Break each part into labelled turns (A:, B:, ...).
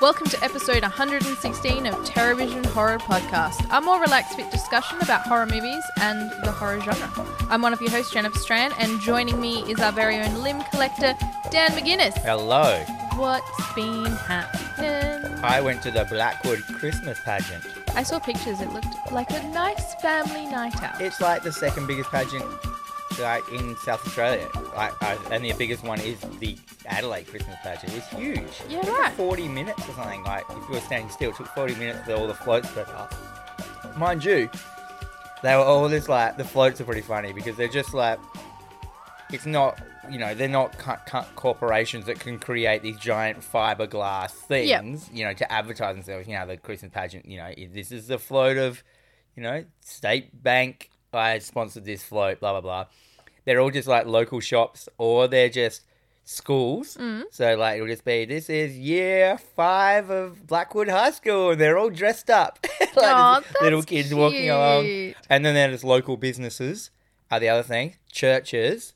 A: Welcome to episode 116 of TerrorVision Horror Podcast, a more relaxed fit discussion about horror movies and the horror genre. I'm one of your hosts, Jennifer Strand, and joining me is our very own limb collector, Dan McGuinness.
B: Hello.
A: What's been happening?
B: I went to the Blackwood Christmas pageant.
A: I saw pictures, it looked like a nice family night out.
B: It's like the second biggest pageant like in South Australia. Like, I, and the biggest one is the Adelaide Christmas pageant. It was huge.
A: Yeah,
B: It took
A: right.
B: 40 minutes or something. Like if you were standing still, it took 40 minutes for all the floats to up. Mind you, they were all just like the floats are pretty funny because they're just like it's not you know they're not co- co- corporations that can create these giant fiberglass
A: Yep.
B: things you know to advertise themselves you know the christmas pageant you know this is the float of you know state bank i sponsored this float blah blah blah they're all just like local shops or they're just schools
A: Mm.
B: so like it'll just be this is year five of blackwood high school and they're all dressed up like
A: Aw,
B: there's little
A: that's
B: kids walking along
A: cute.
B: and then there's local businesses are the other thing churches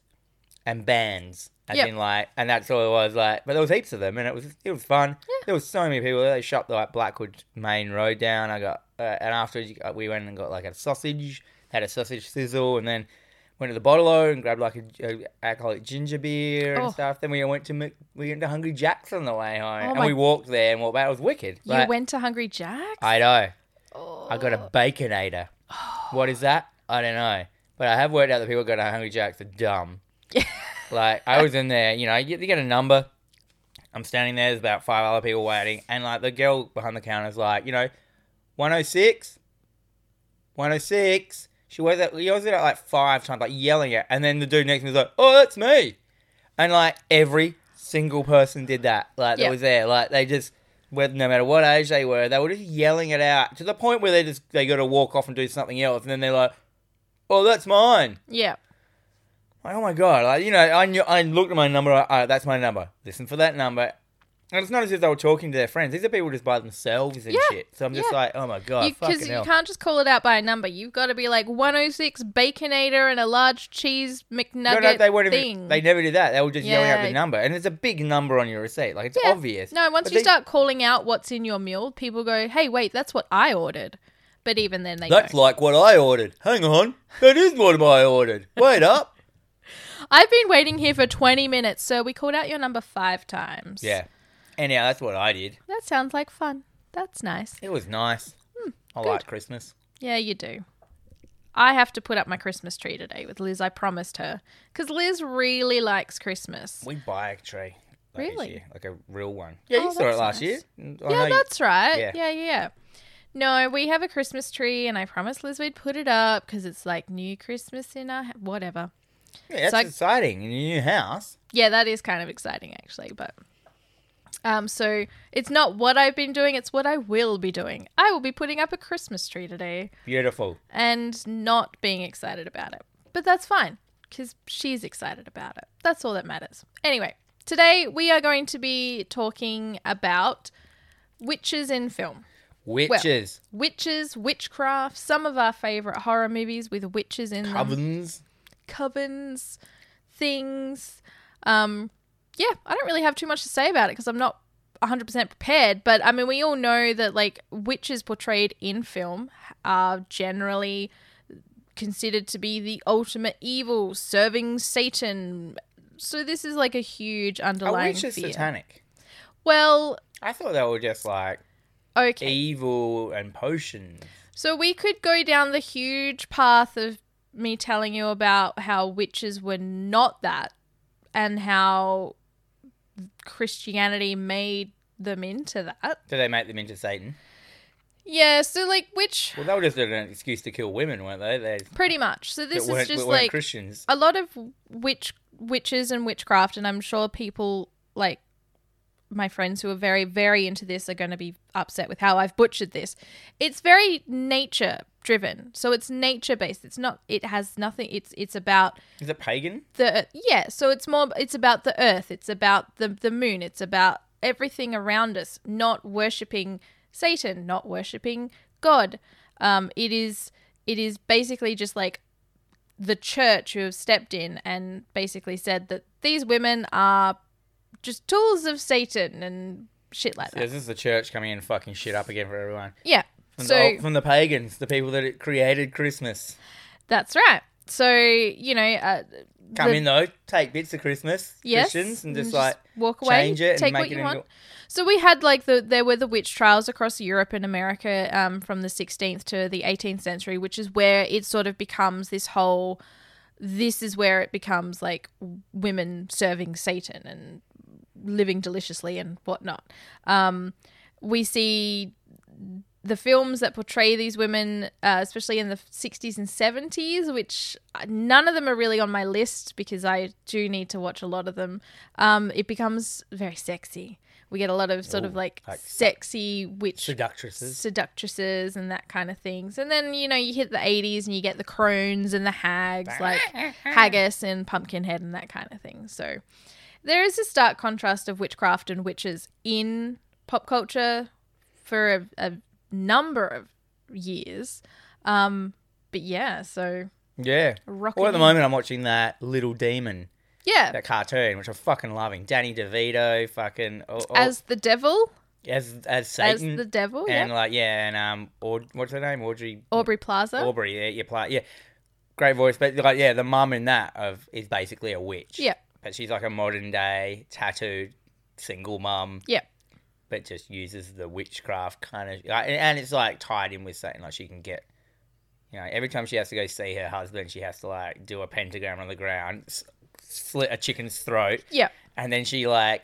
B: and bands. As
A: Yep.
B: in like, and that's all it was like. But there was heaps of them, and it was it was fun. There was so many people. They shot the like Blackwood Main Road down. I got uh, and after you- uh, we went and got like a sausage, had a sausage sizzle, and then went to the bottle and grabbed like a, a alcoholic ginger beer and
A: Oh.
B: stuff. Then we went to Mc- we went to Hungry Jack's on the way home, and
A: my-
B: we walked there and walked back. It was wicked.
A: You
B: Like,
A: went to Hungry Jack's?
B: I know. I got a baconator. What is that? I don't know. But I have worked out that people go to Hungry Jack's are dumb. like I was in there, you know, you get, you get a number. I'm standing there. There's about five other people waiting, and like the girl behind the counter's like, you know, 106, 106. She was at, he was at like five times, like yelling at, and then the dude next to me was like, oh, that's me. And like every single person did that. Like
A: Yeah.
B: that was there. Like they just whether no matter what age they were, they were just yelling it out to the point where they just they gotta walk off and do something else and then they're like, Oh, that's mine.
A: Yeah.
B: Like, oh my god, like you know, I knew I looked at my number, I, all right, that's my number. Listen for that number. And it's not as if they were talking to their friends. These are people just by themselves and
A: Yeah,
B: shit. So I'm just
A: yeah.
B: like, oh my god, fucking
A: Because you,
B: hell.
A: can't just call it out by a number. You've got to be like 106 Baconator and a large cheese
B: No,
A: McNugget
B: no, they weren't
A: thing.
B: even. They never did that. They were just yelling out
A: Yeah.
B: the number, and it's a big number on your receipt. Like it's
A: Yeah.
B: obvious.
A: No, once
B: But
A: you
B: they-
A: start calling out what's in your meal, people go, "Hey, wait, that's what I ordered." But even then, they
B: That's
A: don't.
B: like what I ordered. Hang on. That is what I ordered. Wait up.
A: I've been waiting here for twenty minutes, so we called out your number five times.
B: Yeah. Anyhow, that's what I did.
A: that sounds like fun. That's nice.
B: It was nice.
A: Hmm,
B: I like Christmas.
A: Yeah, you do. I have to put up my Christmas tree today with Liz. I promised her because Liz really likes Christmas.
B: We buy a tree. Like
A: Really?
B: Year, like a real one. Yeah,
A: Oh,
B: you saw it
A: that's
B: last
A: nice.
B: year. Mm, I know
A: yeah,
B: you-
A: that's right.
B: yeah.
A: Yeah. yeah, yeah. No, we have a Christmas tree, and I promised Liz we'd put it up because it's like new Christmas in our whatever.
B: yeah, that's
A: so I-
B: exciting. In your new house.
A: Yeah, that is kind of exciting actually, but um so it's not what I've been doing, it's what I will be doing. I will be putting up a Christmas tree today
B: Beautiful.
A: and not being excited about it. But that's fine cuz she's excited about it. That's all that matters. Anyway, today we are going to be talking about witches in film.
B: Witches.
A: Witches, witchcraft, some of our favorite horror movies with witches in them
B: Ovens.
A: covens, things. Um, yeah, I don't really have too much to say about it because I'm not 100% prepared. But I mean, we all know that like witches portrayed in film are generally considered to be the ultimate evil, serving Satan. So this is like a huge
B: Are
A: underlying
B: witches
A: fear.
B: satanic?
A: Well,
B: I thought they were just like
A: okay.
B: evil and potions.
A: So we could go down the huge path of me telling you about how witches were not that and how Christianity made them into that.
B: Did they make them into Satan?
A: Yeah, so like witch
B: Well, they were just an excuse to kill women, weren't they? They
A: pretty much. So this
B: that weren't,
A: is just
B: that weren't
A: like
B: Christians.
A: a lot of witch witches and witchcraft and i'm sure people like my friends who are very very into this are going to be upset with how i've butchered this it's very nature driven so it's nature based it's not it has nothing it's it's about
B: Is it pagan?
A: the yeah so it's more it's about the earth it's about the the moon it's about everything around us not worshipping satan not worshipping god um it is it is basically just like the church who have stepped in and basically said that these women are just tools of satan and shit like
B: So
A: that.
B: this is the church coming in and fucking shit up again for everyone.
A: Yeah.
B: From,
A: so
B: the, from the pagans, the people that created Christmas.
A: that's right. So you know, uh,
B: Come
A: the-
B: in though, take bits of Christmas,
A: yes, Mm.
B: Christians, and just like
A: walk away,
B: change it and
A: take
B: make
A: what
B: it
A: you
B: into-
A: want. So we had like the there were the witch trials across Europe and America um, from the 16th to the 18th century, which is where it sort of becomes this whole. This is where it becomes like women serving Satan and living deliciously and whatnot. Um, we see the films that portray these women, uh, especially in the 60s and 70s, which uh, none of them are really on my list because I do need to watch a lot of them. Um, it becomes very sexy. We get a lot of sort of
B: Ooh,
A: like,
B: like se-
A: sexy witch
B: seductresses.
A: seductresses and that kind of things. And then, you know, you hit the 80s and you get the crones and the hags, like haggis and pumpkinhead and that kind of thing. So there is a stark contrast of witchcraft and witches in pop culture for a, a number of years. Um, but yeah, so
B: Yeah.
A: rocking.
B: Well, at the moment, I'm watching that Little Demon,
A: yeah,
B: that cartoon, which I'm fucking loving. Danny DeVito, fucking oh, oh,
A: as the devil,
B: as
A: as
B: as Satan,
A: the devil,
B: and
A: yeah.
B: like yeah, and um, Aud- what's her name, Audrey
A: Aubrey Plaza,
B: Aubrey, yeah, you play, yeah, great voice, but like, yeah, the mum in that of is basically a witch.
A: Yeah.
B: but she's like a modern day tattooed single mum.
A: Yeah.
B: but just uses the witchcraft kind of, like, and- and it's like tied in with Satan. Like she can get, you know, every time she has to go see her husband, she has to like do a pentagram on the ground, s- slit a chicken's throat,
A: yeah,
B: and then she like.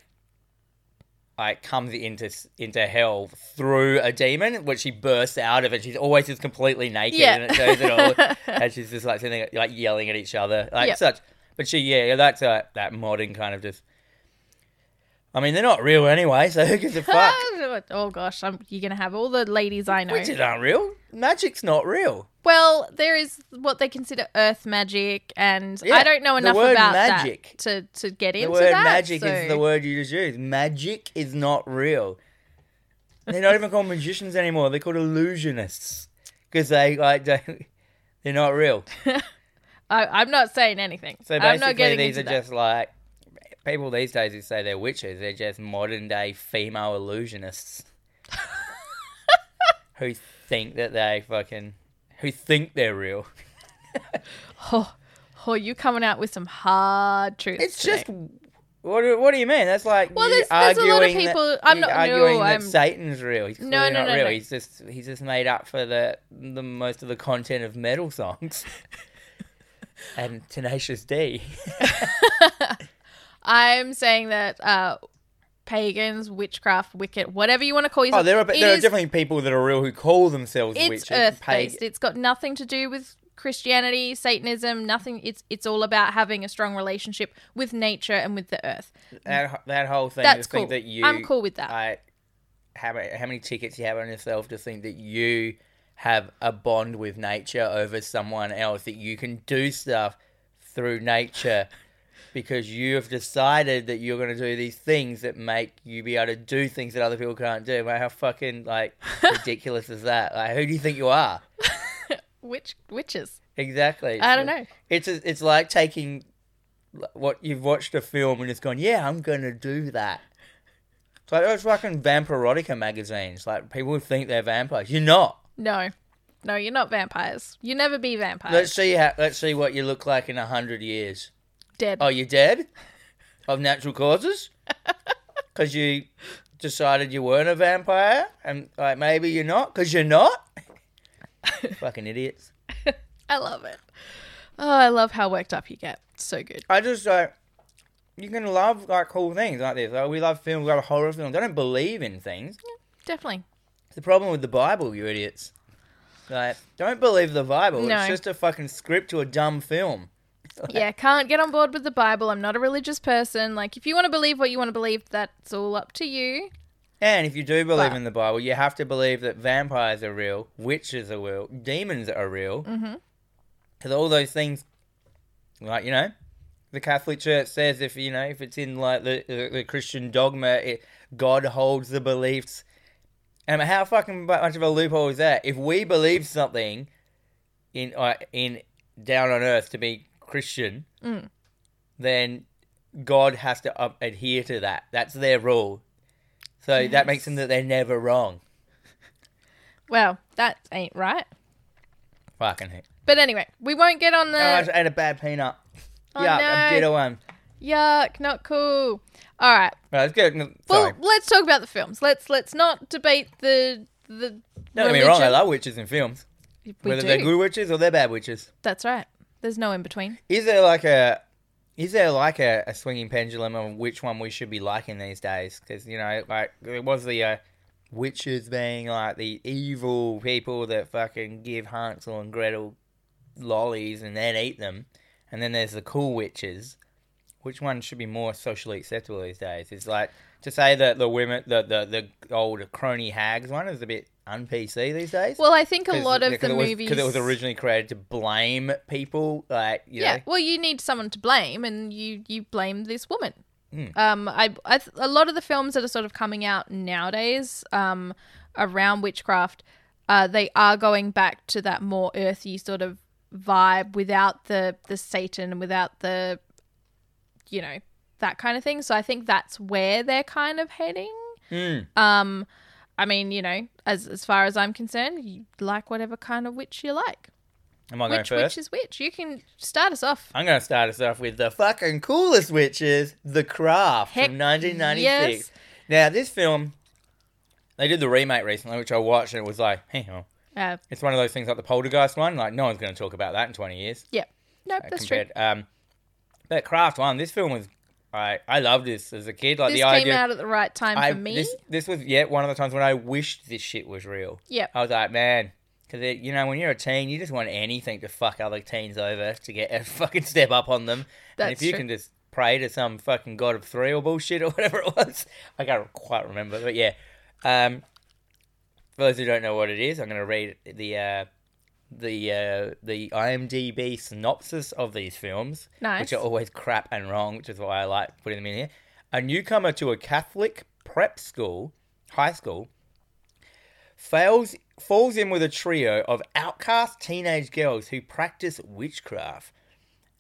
B: Like comes into into hell through a demon, which she bursts out of, and she's always just completely naked,
A: yeah.
B: and it shows it all and she's just like sitting like yelling at each other like
A: Yep.
B: such but she yeah that's uh, that modern kind of just i mean they're not real anyway so who gives a fuck
A: oh gosh, I'm, you're gonna have all the ladies I know.
B: witches aren't real magic's not real
A: Well, there is what they consider earth magic, and
B: Yeah,
A: I don't know
B: the
A: enough
B: word
A: about
B: magic.
A: that to, to get
B: the
A: into
B: word
A: that.
B: magic
A: so-
B: is the word you just use magic is not real they're not even called magicians anymore they're called illusionists because they like don't they're not real
A: I, I'm not saying anything.
B: so
A: I'm not
B: basically
A: getting
B: these
A: into
B: are
A: that.
B: just like people these days who say they're witches they're just modern day female illusionists who think that they fucking who think they're real.
A: Oh, oh, you coming out with some hard truths.
B: It's
A: today.
B: just what do, what do you mean? That's like
A: Well,
B: you
A: there's- there's a lot of
B: arguing that-
A: people- I'm
B: you
A: not- no,
B: arguing that
A: I'm-
B: Satan's real. He's
A: No,
B: clearly
A: no,
B: not
A: no,
B: real.
A: no.
B: He's just he's just made up for the the most of the content of metal songs. and Tenacious D.
A: I'm saying that uh, pagans, witchcraft, Wicca, whatever you want to call yourself.
B: Oh, there are
A: it
B: there are
A: is-
B: definitely people that are real who call themselves
A: It's
B: witches.
A: earth
B: pag-
A: based. It's got nothing to do with Christianity, Satanism, nothing. It's it's all about having a strong relationship with nature and with the earth.
B: That, that whole thing.
A: That's
B: to think
A: cool.
B: That you,
A: I'm cool with that.
B: I, how, ma- how many tickets you have on yourself to think that you have a bond with nature over someone else that you can do stuff through nature because you have decided that you're going to do these things that make you be able to do things that other people can't do. Like, how fucking like ridiculous is that? Like, who do you think you are?
A: Witch witches.
B: Exactly.
A: I don't
B: So-
A: know.
B: it's it's like taking l- what you've watched a film and just going, yeah, I'm gonna do that. It's like those fucking vampirotica magazines. Like people who think they're vampires. You're not.
A: No, no, you're not vampires. You never be vampires.
B: Let's see how. Let's see what you look like in a hundred years.
A: Dead.
B: Oh, you're dead of natural causes because you decided you weren't a vampire, and like maybe you're not because you're not. fucking idiots.
A: I love it. Oh, I love how worked up you get. So good.
B: I just like you can love like cool things like this. Like we love films, we love horror films. I don't believe in things.
A: Definitely.
B: It's the problem with the Bible, you idiots. Like, don't believe the Bible.
A: No.
B: It's just a fucking script to a dumb film.
A: Yeah, can't get on board with the Bible. I'm not a religious person. Like, if you want to believe what you want to believe, that's all up to you.
B: And if you do believe
A: But-
B: in the Bible, you have to believe that vampires are real, witches are real, demons are real. Because all those things, like, you know, the Catholic Church says if, you know, if it's in, like, the, the, the Christian dogma, it, God holds the beliefs. And how fucking bu- much of a loophole is that? If we believe something in, uh, in down on earth to be Christian, then God has to uh, adhere to that. That's their rule. So
A: Yes.
B: that makes them that they're never wrong.
A: Well, that ain't right.
B: Fucking heck.
A: But anyway, we won't get on
B: Oh, I
A: the
B: just ate a bad peanut.
A: Oh,
B: yeah,
A: no.
B: a bitter one.
A: yuck, not cool. All right.
B: Right, let's go. no,
A: Well,
B: Sorry.
A: let's talk about the films. Let's let's not debate the the.
B: Don't get me wrong, I
A: religion.
B: love witches in films.
A: we
B: Whether
A: do.
B: they're good witches or they're bad witches.
A: That's right. There's no in between.
B: Is there like a is there like a, a swinging pendulum of which one we should be liking these days? Because you know, like there was the uh, witches being like the evil people that fucking give Hansel and Gretel lollies and then eat them, and then there's the cool witches. Which one should be more socially acceptable these days? It's like to say that the women, the the, the old crony hags one is a bit un PC these days.
A: Well, I think a
B: 'Cause-
A: lot of
B: yeah, 'cause
A: the
B: it was,
A: movies
B: because it was originally eh? created to blame people, like you
A: yeah.
B: know,
A: Well, you need someone to blame, and you you blame this woman.
B: Mm.
A: Um, I, I th- a lot of the films that are sort of coming out nowadays, um, around witchcraft, uh, they are going back to that more earthy sort of vibe without the the Satan and without the, you know, that kind of thing. So I think that's where they're kind of heading.
B: Mm.
A: Um, I mean, you know, as as far as I'm concerned, you like whatever kind of witch you like.
B: Am I going
A: Which
B: first?
A: witch is which? You can start us off.
B: I'm going to start us off with the fucking coolest witches, The Craft
A: Heck
B: from 1996.
A: yes.
B: Now, this film, they did the remake recently, which I watched, and it was like, hang on.
A: Uh,
B: It's one of those things like the Poltergeist one. Like, no one's going to talk about that in 20 years.
A: yeah. Nope,
B: uh,
A: that's true.
B: Um, but Craft one, this film was, I, I loved this as a kid. Like
A: This
B: the
A: came
B: idea.
A: out at the right time
B: I,
A: for me.
B: This, this was, yeah, one of the times when I wished this shit was real.
A: Yep.
B: I was like, man, because you know, when you're a teen, you just want anything to fuck other teens over to get a fucking step up on them. and if
A: That's
B: you
A: true.
B: can just pray to some fucking god of three or bullshit or whatever it was, I can't quite remember, but yeah. Um, for those who don't know what it is, I'm going to read the uh, the uh, the IMDb synopsis of these films,
A: Nice.
B: which are always crap and wrong, which is why I like putting them in here. A newcomer to a Catholic prep school, high school, fails falls in with a trio of outcast teenage girls who practice witchcraft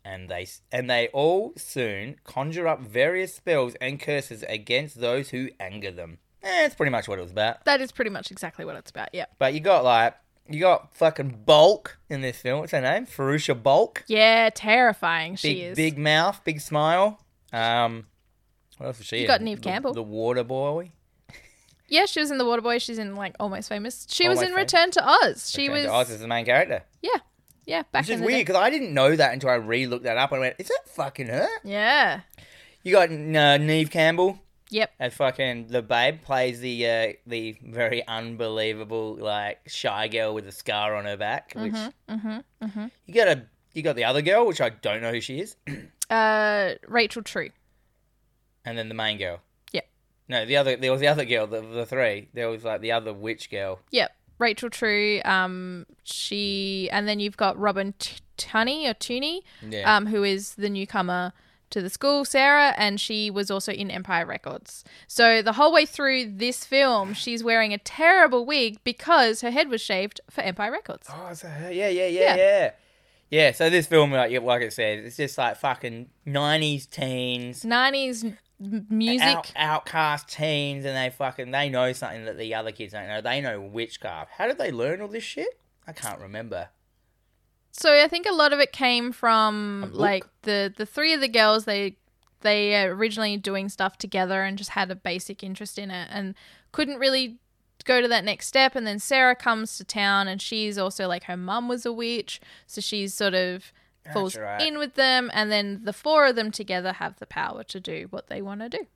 B: and they and they all soon conjure up various spells and curses against those who anger them. Eh, that's pretty much what it was about.
A: That is pretty much exactly what it's about. Yeah.
B: But you got like you got fucking Bulk in this film. What's her name? Farusha Bulk.
A: Yeah, terrifying she
B: Big
A: is.
B: big mouth, big smile. Um, what else was she?
A: You
B: in?
A: got Neve
B: The-
A: Campbell.
B: the Water Boy.
A: Yeah, she was in The Waterboy. She's in like Almost Famous. She was
B: Almost
A: in
B: Famous.
A: Return to Oz. She
B: Turns
A: was
B: out Oz is the main character.
A: Yeah. Yeah, back
B: Which is
A: in the
B: weird
A: day.
B: because I didn't know that until I re-looked that up and went, "Is that fucking her?"
A: Yeah.
B: You got uh, Neve Campbell
A: Yep.
B: as fucking the babe plays the uh, the very unbelievable like shy girl with a scar on her back. Which
A: Mhm. Mhm.
B: you got a you got the other girl, which I don't know who she is,
A: Uh Rachel True.
B: and then the main girl.
A: Yep.
B: No, the other there was the other girl, the, the three. There was like the other witch girl.
A: Yep. Rachel True. Um, she and then you've got Robin T- Tunney or Tooney,
B: Yeah.
A: um, who is the newcomer to the school, Sarah, and she was also in Empire Records. So the whole way through this film, she's wearing a terrible wig because her head was shaved for Empire Records.
B: Oh, is that her? Yeah, yeah, yeah,
A: Yeah.
B: yeah. Yeah, so this film, like, yeah, like it says, it's just like fucking 90s teens,
A: Nineties m- music.
B: out, outcast teens, and they fucking, they know something that the other kids don't know. They know witchcraft. How did they learn all this shit? I can't remember.
A: So I think a lot of it came from
B: book?
A: like the the three of the girls they they are originally doing stuff together and just had a basic interest in it and couldn't really go to that next step and then Sarah comes to town and she's also like her mum was a witch so she's sort of falls
B: That's right.
A: in with them and then the four of them together have the power to do what they want to do.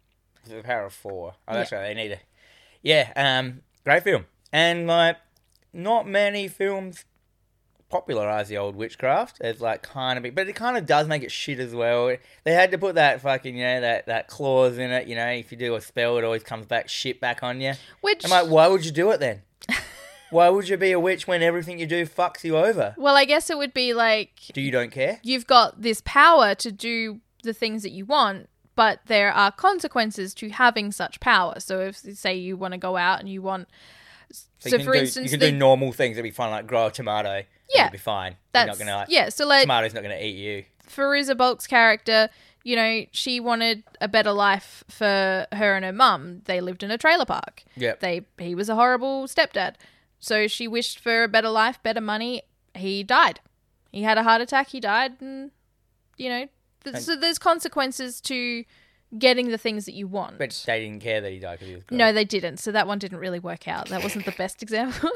B: The power of four. Oh, that's right. They need it. Yeah. Um. Great film. And like, not many films popularize the old witchcraft. It's like kind of big, but it kind of does make it shit as well. They had to put that fucking you know that that clause in it. You know, if you do a spell, it always comes back shit back on you.
A: Which
B: I'm like, why would you do it then? why would you be a witch when everything you do fucks you over?
A: well I guess it would be like
B: Do you don't care?
A: you've got this power to do the things that you want, but there are consequences to having such power. So if say you want to go out and you want so,
B: you can
A: for
B: do,
A: instance
B: you can
A: the-
B: do normal things that'd be fine, like grow a tomato.
A: Yeah.
B: it'd be fine. You're
A: that's
B: not gonna.
A: yeah, so like
B: Tomato's not gonna eat you.
A: Faruza Bulk's character you know, she wanted a better life for her and her mum. They lived in a trailer park.
B: Yep.
A: They he was a horrible stepdad. So she wished for a better life, better money. He died. He had a heart attack, he died and you know, th-
B: And-
A: so there's consequences to getting the things that you want.
B: But they didn't care that he died because he was great.
A: no, they didn't. So that one didn't really work out. That wasn't the best example.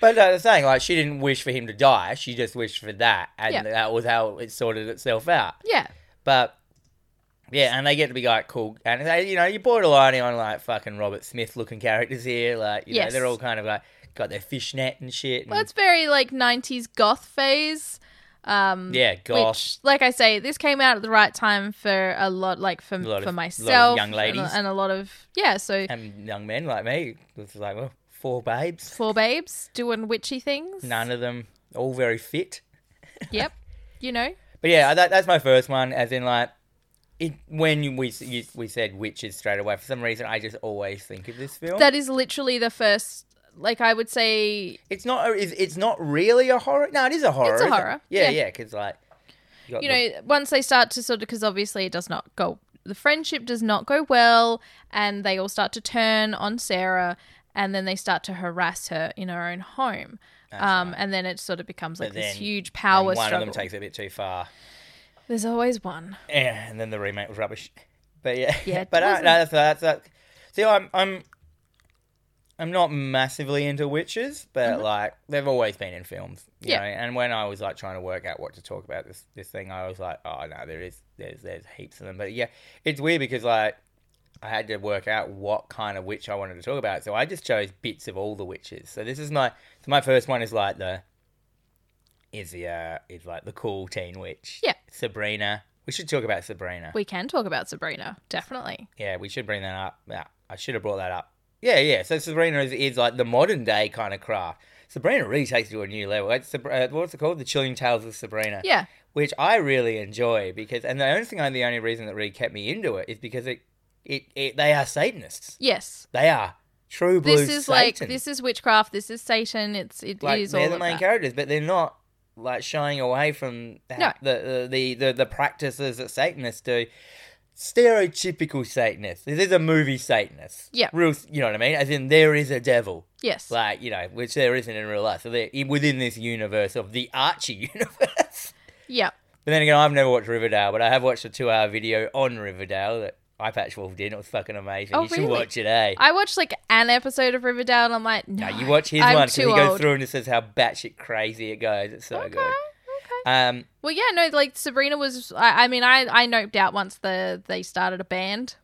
B: But uh, the thing, like, she didn't wish for him to die. She just wished for that, and
A: Yeah.
B: that was how it sorted itself out.
A: yeah.
B: But yeah, and they get to be like cool, and they, you know, you're borderline on like fucking Robert Smith looking characters here. Like, you know,
A: Yes.
B: they're all kind of like got their fishnet and shit. And,
A: Well, it's very like 90s goth phase. Um,
B: yeah, gosh.
A: Which, like I say, this came out at the right time for a lot, like for,
B: lot of- lot
A: for
B: of
A: myself,
B: young ladies.
A: and, a- and a lot of yeah. So
B: and young men like me, it's like well, four babes,
A: four babes doing witchy things.
B: none of them all very fit.
A: Yep. You know.
B: But yeah, that, that's my first one. As in, like, it, when we you, we said witches straight away, for some reason, I just always think of this film.
A: That is literally the first. Like I would say,
B: it's not a, it's, it's not really a horror. No, it is a horror.
A: It's a
B: isn't it?
A: horror,
B: Yeah,
A: yeah.
B: yeah, because like, you, got
A: you
B: the-
A: know, once they start to sort of, because obviously it does not go, the friendship does not go well, and they all start to turn on Sarah, and then they start to harass her in her own home, um, and then it sort of becomes like this
B: then-
A: huge
B: and
A: power
B: one
A: struggle.
B: of them takes it a bit too far.
A: There's always one.
B: Yeah, Eh, and then the remake was rubbish. But yeah,
A: Yeah, it
B: but uh, no,
A: wasn't-
B: that's that's that. See, I'm I'm I'm not massively into witches, but like they've always been in films, you
A: Mm-hmm. Yeah.
B: know. And when I was like trying to work out what to talk about this this thing, I was like, oh no, there is there's there's heaps of them. But yeah, it's weird because like I had to work out what kind of witch I wanted to talk about, so I just chose bits of all the witches. So this is my so my first one is like the is the uh, is like the cool teen witch.
A: Yeah.
B: Sabrina. We should talk about Sabrina.
A: We can talk about Sabrina, definitely.
B: Yeah, we should bring that up. Yeah, I should have brought that up. Yeah, yeah. So Sabrina is, is like the modern day kind of craft. Sabrina really takes it to a new level. It's Sab- uh, what's it called? The Chilling Tales of Sabrina.
A: Yeah,
B: Which I really enjoy because, and the only thing, the only reason that really kept me into it is because it, it, it they are Satanists.
A: yes.
B: They are true blue.
A: This is like
B: Satan.
A: this is witchcraft. This is Satan. It's it is
B: Like
A: all
B: they're the
A: of
B: main
A: that.
B: characters, but they're not like shying away from the,
A: No.
B: the, the the the practices that Satanists do. Stereotypical Satanists. This is a movie Satanist.
A: Yeah.
B: Real, you know what I mean? As in, there is a devil,
A: Yes,
B: like you know, which there isn't in real life. So they're in- within this universe of the Archie universe.
A: yeah.
B: But then again, I've never watched Riverdale, but I have watched a two-hour video on Riverdale that Eye Patch Wolf did. It was fucking amazing.
A: Oh,
B: you should
A: really?
B: watch it, eh?
A: I watched like an episode of Riverdale, and I'm like, no,
B: No, you watch his
A: I'm
B: one because he
A: too
B: goes
A: old.
B: through and it says how batshit crazy it goes. It's so
A: Okay,
B: good.
A: okay.
B: Um,
A: Well, yeah, no, like Sabrina was. I, I mean, I I noped out once the they started a band.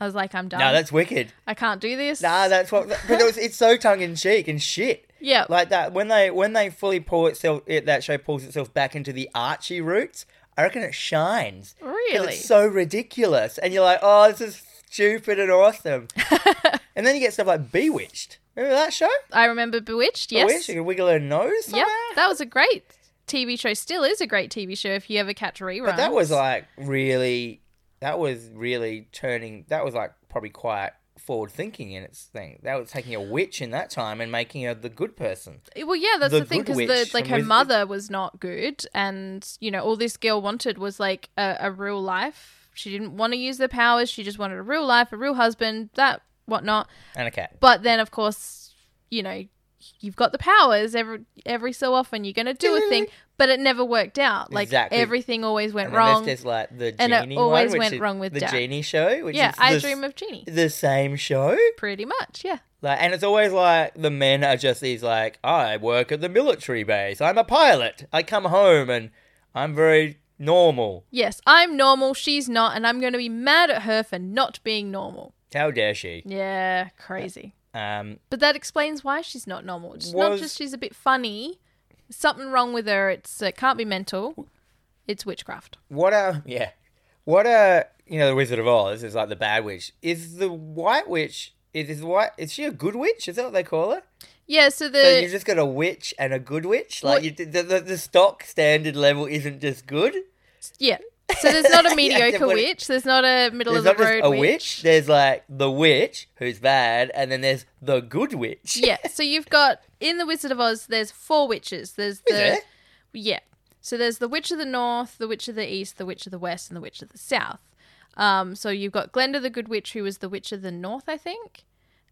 A: I was like, I'm done.
B: no, that's wicked.
A: I can't do this.
B: Nah, that's what. But it was, it's so tongue in cheek and shit.
A: yeah,
B: Like that when they when they fully pull itself, it, that show pulls itself back into the Archie roots. I reckon it shines. 'Cause
A: really.
B: It's so ridiculous, and you're like, oh, this is stupid and awesome. and then you get stuff like Bewitched. Remember that show?
A: I remember Bewitched. Yes.
B: Bewitched. You could wiggle her nose.
A: Yep,
B: Somehow.
A: that was a great TV show. Still is a great TV show if you ever catch reruns.
B: But that was like really, that was really turning. That was like probably quite forward thinking in its thing. That was taking a witch in that time and making her the good person.
A: well, yeah, that's
B: The
A: the, thing
B: Good
A: 'cause thing because
B: Witch
A: like
B: from
A: her
B: Wiz-
A: mother was not good, and you know all this girl wanted was like a, a real life. She didn't want to use the powers. She just wanted a real life, a real husband, that whatnot.
B: And a cat.
A: But then, of course, you know, you've got the powers. Every every so often, you're going to do a thing, but it never worked out. Like
B: Exactly.
A: everything always went
B: And then
A: wrong.
B: There's, there's like the genie
A: and it always
B: one, which
A: went
B: is
A: wrong with
B: the
A: Jack.
B: genie show. Which
A: yeah,
B: is
A: I
B: the,
A: dream of genie.
B: the same show.
A: Pretty much, yeah.
B: Like, and it's always like the men are just these like, I work at the military base. I'm a pilot. I come home and I'm very normal.
A: Yes, I'm normal. She's not, and I'm going to be mad at her for not being normal.
B: How dare she?
A: Yeah, crazy.
B: Um,
A: But that explains why she's not normal. It's not
B: Was-
A: just she's a bit funny. Something wrong with her. It's it can't be mental. It's witchcraft.
B: What a yeah. What a you know the Wizard of Oz is like the bad witch. Is the white witch? Is is white? Is she a good witch? Is that what they call her?
A: Yeah. So the
B: So you just got a witch and a good witch. Like
A: Uh, What-
B: you, the, the the stock standard level isn't just good.
A: Yeah. So there's not
B: Yeah,
A: a mediocre
B: what-
A: witch. There's not a middle
B: There's
A: of
B: not
A: the
B: just
A: road
B: a witch.
A: witch.
B: There's like the witch who's bad, and then there's the good witch.
A: yeah. So you've got in the Wizard of Oz. There's four witches. There's the
B: there?
A: yeah. So there's the Witch of the North, the Witch of the East, the Witch of the West, and the Witch of the South. Um, so you've got Glenda the Good Witch, who was the Witch of the North, I think,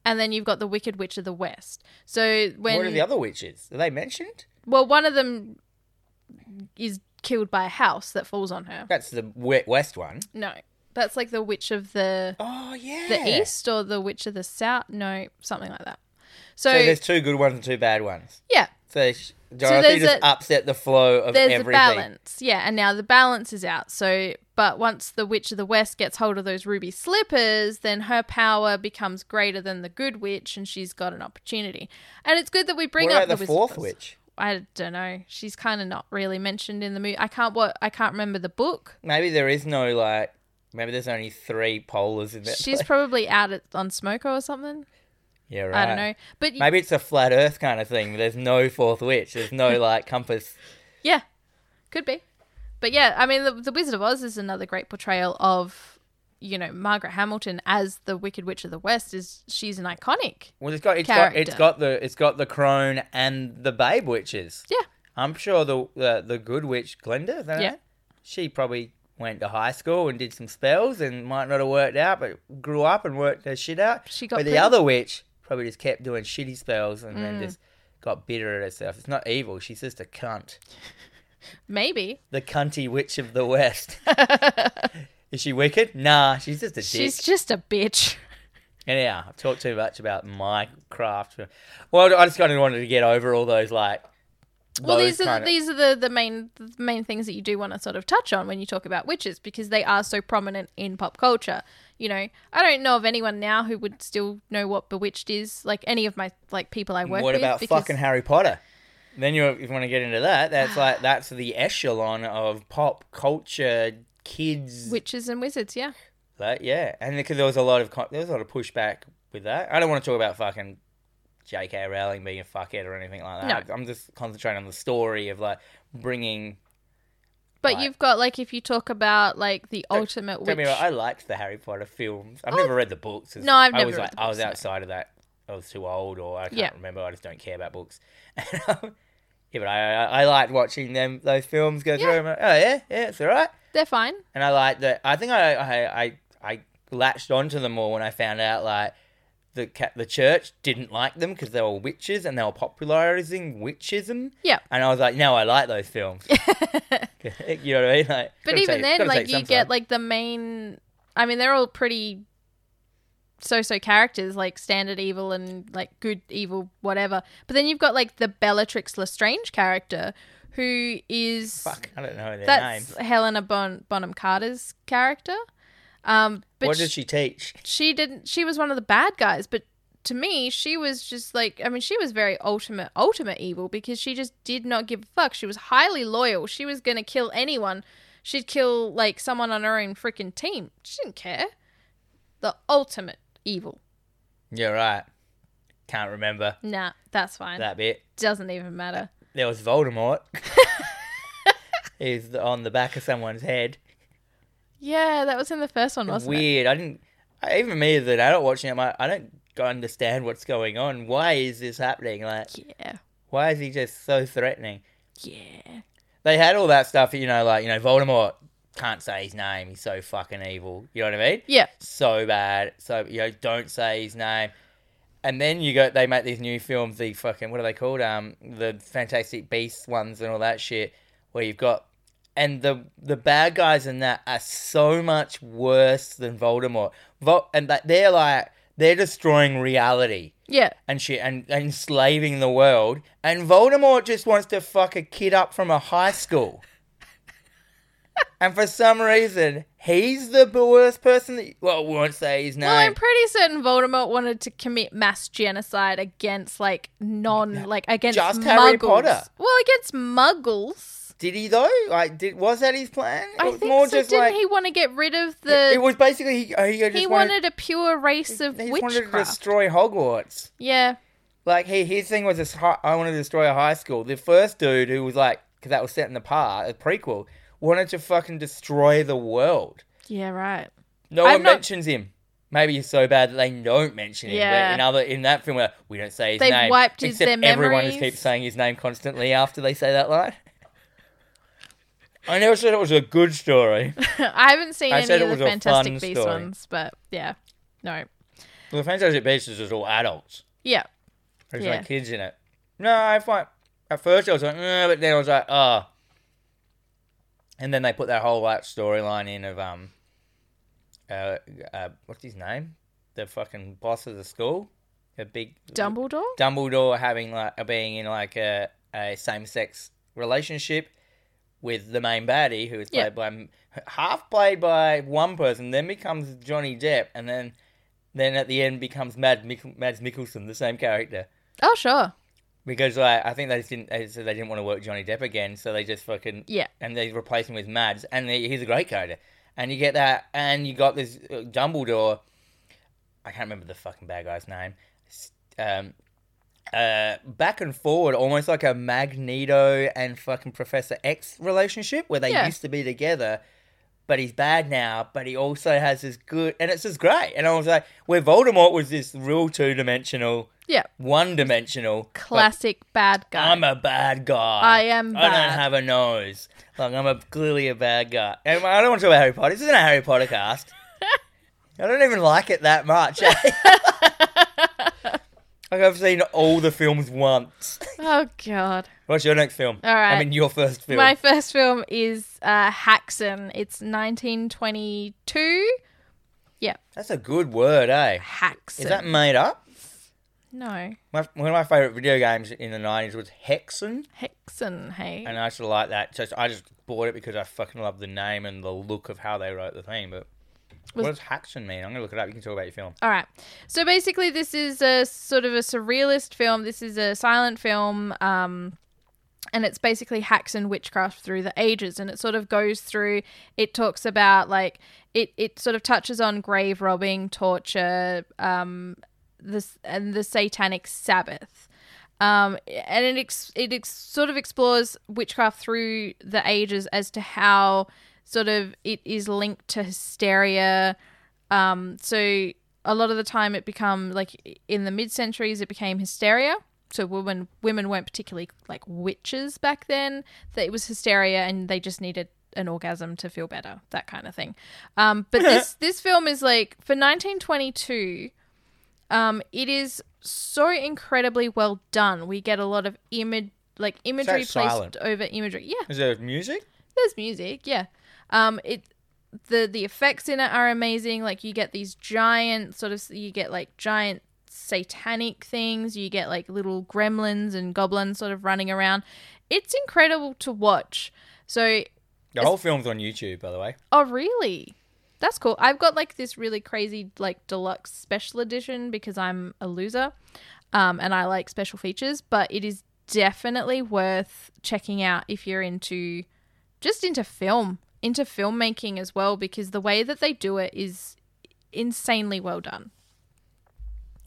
A: and then you've got the Wicked Witch of the West. So when
B: What are the other witches? Are they mentioned?
A: well, one of them is killed by a house that falls on her.
B: That's the we- west one.
A: No, that's like the Witch of the
B: Oh yeah.
A: the East or the Witch of the South. No, something like that. So,
B: So there's two good ones and two bad ones.
A: yeah,
B: So sh- Dorothy
A: there's
B: just
A: a-
B: upset the flow of
A: there's
B: everything.
A: a balance. Yeah, and now the balance is out. So, but once the Witch of the West gets hold of those ruby slippers, then her power becomes greater than the good witch, and she's got an opportunity. And it's good that we bring
B: What
A: up
B: about
A: the,
B: the,
A: Wizard of
B: fourth
A: Oz.
B: witch?
A: I don't know. She's kind of not really mentioned in the movie. I can't. What I can't remember the book.
B: Maybe there is no like. Maybe there's only three polars in that.
A: She's
B: place.
A: probably out at, on Smoko or something.
B: yeah, right.
A: I don't know. But y-
B: Maybe it's a flat Earth kind of thing. There's no fourth witch. There's no like compass.
A: Yeah, could be. But yeah, I mean, the, the Wizard of Oz is another great portrayal of, you know, Margaret Hamilton as the Wicked Witch of the West. Is she's an iconic?
B: Well, it's got it's got, it's
A: Character.
B: got the it's got the crone and the babe witches.
A: Yeah,
B: I'm sure the the, the good witch Glinda. is that her
A: Yeah.
B: name? She probably went to high school and did some spells and might not have worked out, but grew up and worked her shit out.
A: She got
B: but
A: pretty. Mm.
B: the other witch probably just kept doing shitty spells and then just got bitter at herself. It's not evil. She's just a cunt.
A: maybe
B: The cunty witch of the west. Is she wicked? Nah, she's just a dick.
A: she's just a bitch.
B: Anyhow, I've talked too much about my craft. Well, I just kind of wanted to get over all those like.
A: Well,
B: those
A: these are
B: kind
A: the,
B: of-
A: these are the the main the main things that you do want to sort of touch on when you talk about witches because they are so prominent in pop culture. You know, I don't know of anyone now who would still know what Bewitched is. Like any of my like people I work
B: What
A: with.
B: about
A: because-
B: fucking Harry Potter? Then you, if you want to get into that, that's like that's the echelon of pop culture kids.
A: witches and wizards? Yeah.
B: like, yeah, and because there was a lot of co- there was a lot of pushback with that. I don't want to talk about fucking J.K. Rowling being a fuckhead or anything like that. I'm just concentrating on the story of like bringing.
A: But
B: Right.
A: you've got like if you talk about like the ultimate
B: Don't
A: witch.
B: get me wrong, I liked the Harry Potter films. I've never read the books. It's-
A: Oh, No, I've
B: I
A: never
B: was
A: read
B: like,
A: the
B: I was
A: books, no.
B: outside of that. I was too old, or I can't
A: Yeah.
B: remember. I just don't care about books. um, yeah, but I, I I liked watching them those films go
A: Yeah.
B: through. And I'm like, oh yeah, yeah, it's all right. They're
A: fine.
B: And I like that. I think I I I, I latched onto them more when I found out like. The, ca- the church didn't like them because they were witches and they were popularizing witchism.
A: Yeah.
B: And I was like, no, I like those films. you know what I mean? Like,
A: But
B: gotta
A: even
B: take-
A: then,
B: gotta
A: like
B: take
A: you
B: some
A: get
B: side.
A: like the main. I mean, they're all pretty so-so characters, like standard evil and like good evil, whatever. But then you've got like the Bellatrix Lestrange character, who is
B: Fuck, I don't know their name.
A: that's Helena bon- Bonham Carter's character. Um, but
B: what
A: she,
B: did she teach?
A: she didn't. She was one of the bad guys, but to me, she was just like. I mean, she was very ultimate, ultimate evil because she just did not give a fuck. She was highly loyal. She was gonna kill anyone. She'd kill like someone on her own freaking team. She didn't care. The ultimate evil.
B: You're right. Can't remember
A: Nah, that's fine.
B: that bit.
A: Doesn't even matter.
B: There was Voldemort. He's on the back of someone's head.
A: Yeah, that was in the first one, wasn't it?
B: Weird. I didn't. I, even me as an adult watching it, I'm like, I don't understand what's going on. Why is this happening? Like,
A: Yeah,
B: why is he just so threatening?
A: yeah.
B: They had all that stuff, you know, like you know, Voldemort can't say his name. He's so fucking evil. You know what I mean?
A: Yeah,
B: so bad. So you know, don't say his name. And then you go. They make these new films. The fucking what are they called? Um, the Fantastic Beasts ones and all that shit. Where you've got and the the bad guys in that are so much worse than Voldemort. Vol- and that they're like they're destroying reality
A: yeah.
B: and shit and, and enslaving the world. And Voldemort just wants to fuck a kid up from a high school. and for some reason, he's the worst person that. Well, we won't say his name.
A: Well, I'm pretty certain Voldemort wanted to commit mass genocide against like non, like against
B: Just
A: muggles.
B: Harry Potter.
A: Well, against muggles.
B: did he though? Like, did was that his plan? It
A: I
B: was
A: think so. Didn't he want to get rid of the?
B: it was basically he, he just
A: he wanted,
B: wanted,
A: a pure race of
B: he just wanted to
A: witchcraft.
B: destroy Hogwarts.
A: yeah,
B: Like he, his thing was, this hi- I wanted to destroy a high school. The first dude who was like, because that was set in the past, a prequel, wanted to fucking destroy the world.
A: yeah, right.
B: No
A: I'm
B: one
A: not-
B: mentions him. Maybe he's so bad that they don't mention him.
A: Yeah.
B: But in other in that film, where we don't say his
A: They've
B: name.
A: wiped his-
B: except
A: their
B: everyone
A: memories.
B: just keeps saying his name constantly after they say that line. I never said it was a good story.
A: I haven't seen
B: I said
A: any
B: it
A: of the
B: was a fun
A: Fantastic Beast
B: story.
A: ones, but yeah, no,
B: The Fantastic Beasts is just all adults.
A: yeah,
B: There's
A: Yeah.
B: no kids in it. No, I find at first I was like, "Eh," but then I was like, oh. And then they put that whole like storyline in of um, uh, uh, what's his name? The fucking boss of the school, a big
A: Dumbledore.
B: Dumbledore having like uh, being in like a, a same sex relationship with the main baddie who is
A: Yeah.
B: played by half played by one person, then becomes Johnny Depp, and then then at the end becomes Mad Mick- Mads Mikkelsen, the same character.
A: Oh sure,
B: Because like I think they just didn't they said they didn't want to work Johnny Depp again, so they just fucking
A: yeah,
B: and they replace him with Mads, and he- he's a great character. And you get that, and you got this uh, Dumbledore. I can't remember the fucking bad guy's name. S- Um, uh, back and forward, almost like a Magneto and fucking Professor X relationship, where they
A: Yeah.
B: used to be together, but he's bad now. But he also has this good, and it's just great. And I was like, where Voldemort was this real two dimensional,
A: yeah,
B: one dimensional,
A: classic bad guy.
B: I'm a bad guy.
A: I am
B: I don't
A: bad.
B: have a nose. Like I'm a clearly a bad guy. And I don't want to talk about Harry Potter. This isn't a Harry Potter cast. I don't even like it that much. eh? like I've seen all the films once.
A: oh god.
B: What's your next film?
A: All right.
B: I mean your first film.
A: My first film is uh, Haxan. It's 1922.
B: That's a good word, eh?
A: Haxan.
B: Is that made up?
A: no
B: My, one of my favorite video games in the '90s was Hexen,
A: Hexen? Hey,
B: and I used to like that. Just I just bought it because I fucking love the name and the look of how they wrote the thing. But
A: Was-
B: what does Hexen mean? I'm gonna look it up. You can talk about your film.
A: All right. So basically, this is a sort of a surrealist film. This is a silent film, um, and it's basically hacks and witchcraft through the ages. And it sort of goes through. It talks about like it. It sort of touches on grave robbing, torture, um, this and the Satanic Sabbath. Um, and it ex- it ex- sort of explores witchcraft through the ages as to how sort of it is linked to hysteria. Um, so a lot of the time it become like in the mid centuries it became hysteria. So women women weren't particularly like witches back then. That it was hysteria and they just needed an orgasm to feel better, that kind of thing. Um, but this this film is like for 1922. Um, it is so incredibly well done. We get a lot of image like imagery placed
B: silent.
A: over imagery. Yeah,
B: Is there music?
A: there's music yeah um it the the effects in it are amazing like you get these giant sort of you get like giant satanic things you get like little gremlins and goblins sort of running around it's incredible to watch so
B: The whole film's on YouTube, by the way.
A: oh really that's cool i've got like this really crazy like deluxe special edition because i'm a loser um, and i like special features but it is definitely worth checking out if you're into just into film, into filmmaking as well, because the way that they do it is insanely well done.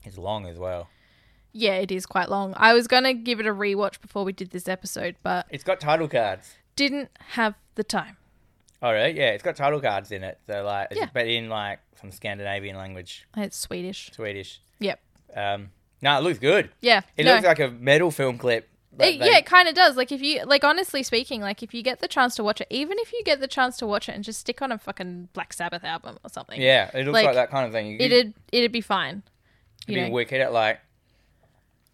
B: It's long as well.
A: Yeah, it is quite long. I was going to give it a rewatch before we did this episode, but
B: It's got title cards.
A: didn't have the time.
B: All right, Oh, yeah, it's got title cards in it. So like, it's-
A: Yeah.
B: but in like some Scandinavian language,
A: It's Swedish.
B: Swedish.
A: Yep.
B: Um, no, it looks good.
A: Yeah.
B: It
A: no.
B: looks like a metal film clip. but
A: It-
B: they-
A: yeah, it kind of does. Like if you like, honestly speaking, like if you get the chance to watch it, even if you get the chance to watch it and just stick on a fucking Black Sabbath album or something,
B: yeah, it looks
A: like,
B: like, that kind of thing. You could
A: it'd it'd be fine. You
B: be
A: know?
B: wicked at like,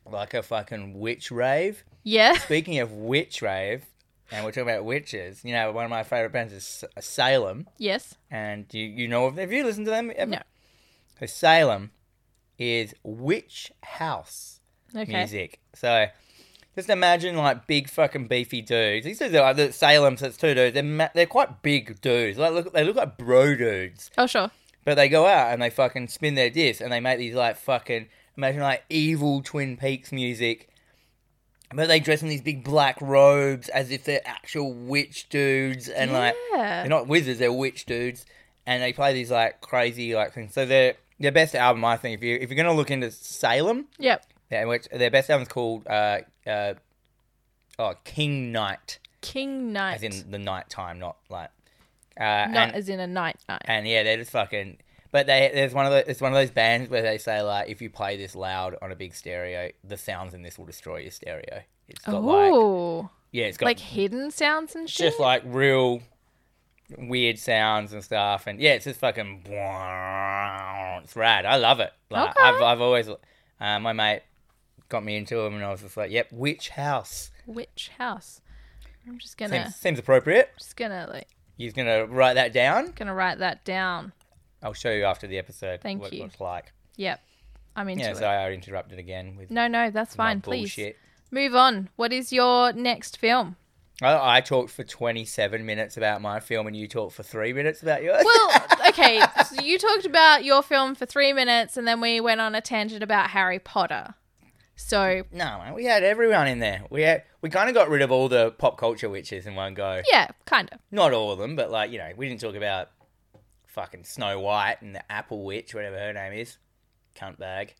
B: like a fucking witch rave.
A: yeah,
B: Speaking of witch rave, and we're talking about witches. You know, one of my favorite bands is S- uh, Salem.
A: yes,
B: and you you know of them. Have you listened to them? ever?
A: No.
B: So Salem is witch house
A: okay,
B: music. So just imagine like big fucking beefy dudes. These dudes are like the Salem, so it's two dudes. They're ma- they're quite big dudes. Like look, they look like bro dudes,
A: oh sure,
B: but they go out and they fucking spin their discs and they make these like fucking imagine like evil Twin Peaks music. But they dress in these big black robes as if they're actual witch dudes and like
A: yeah,
B: they're not wizards, they're witch dudes, and they play these like crazy like things. So their their best album, I think, if you if you're gonna look into Salem,
A: yep,
B: yeah, which their best album's called uh uh oh King Night,
A: King Knight.
B: as in the night time, not like uh and,
A: not as in a night night.
B: and yeah, they're just fucking. But they there's one of the, it's one of those bands where they say like if you play this loud on a big stereo, the sounds in this will destroy your stereo. It's got like
A: Oh,
B: yeah, it's got
A: like hidden sounds and shit.
B: just like real weird sounds and stuff. And yeah, it's just fucking. It's rad. I love it. Like,
A: Okay.
B: I've, I've always. Uh, my mate got me into them, and I was just like, "Yep, witch house."
A: Witch house. I'm just gonna
B: Seems, seems appropriate.
A: just gonna like
B: He's gonna write that down.
A: gonna write that down.
B: I'll show you after the episode.
A: Thank
B: what
A: you.
B: It looks like.
A: Yep. I'm into
B: Yeah,
A: it.
B: so I interrupted again with
A: No, no, that's
B: my
A: fine. Please
B: bullshit.
A: move on. What is your next film?
B: I, I talked for 27 minutes about my film, and you talked for three minutes about yours.
A: Well, okay. So you talked about your film for three minutes, and then we went on a tangent about Harry Potter. So
B: no, man, we had everyone in there. We had, we kind of got rid of all the pop culture witches in one go.
A: yeah, kind of.
B: Not all of them, but like you know, we didn't talk about fucking Snow White and the Apple Witch, whatever her name is, cunt bag,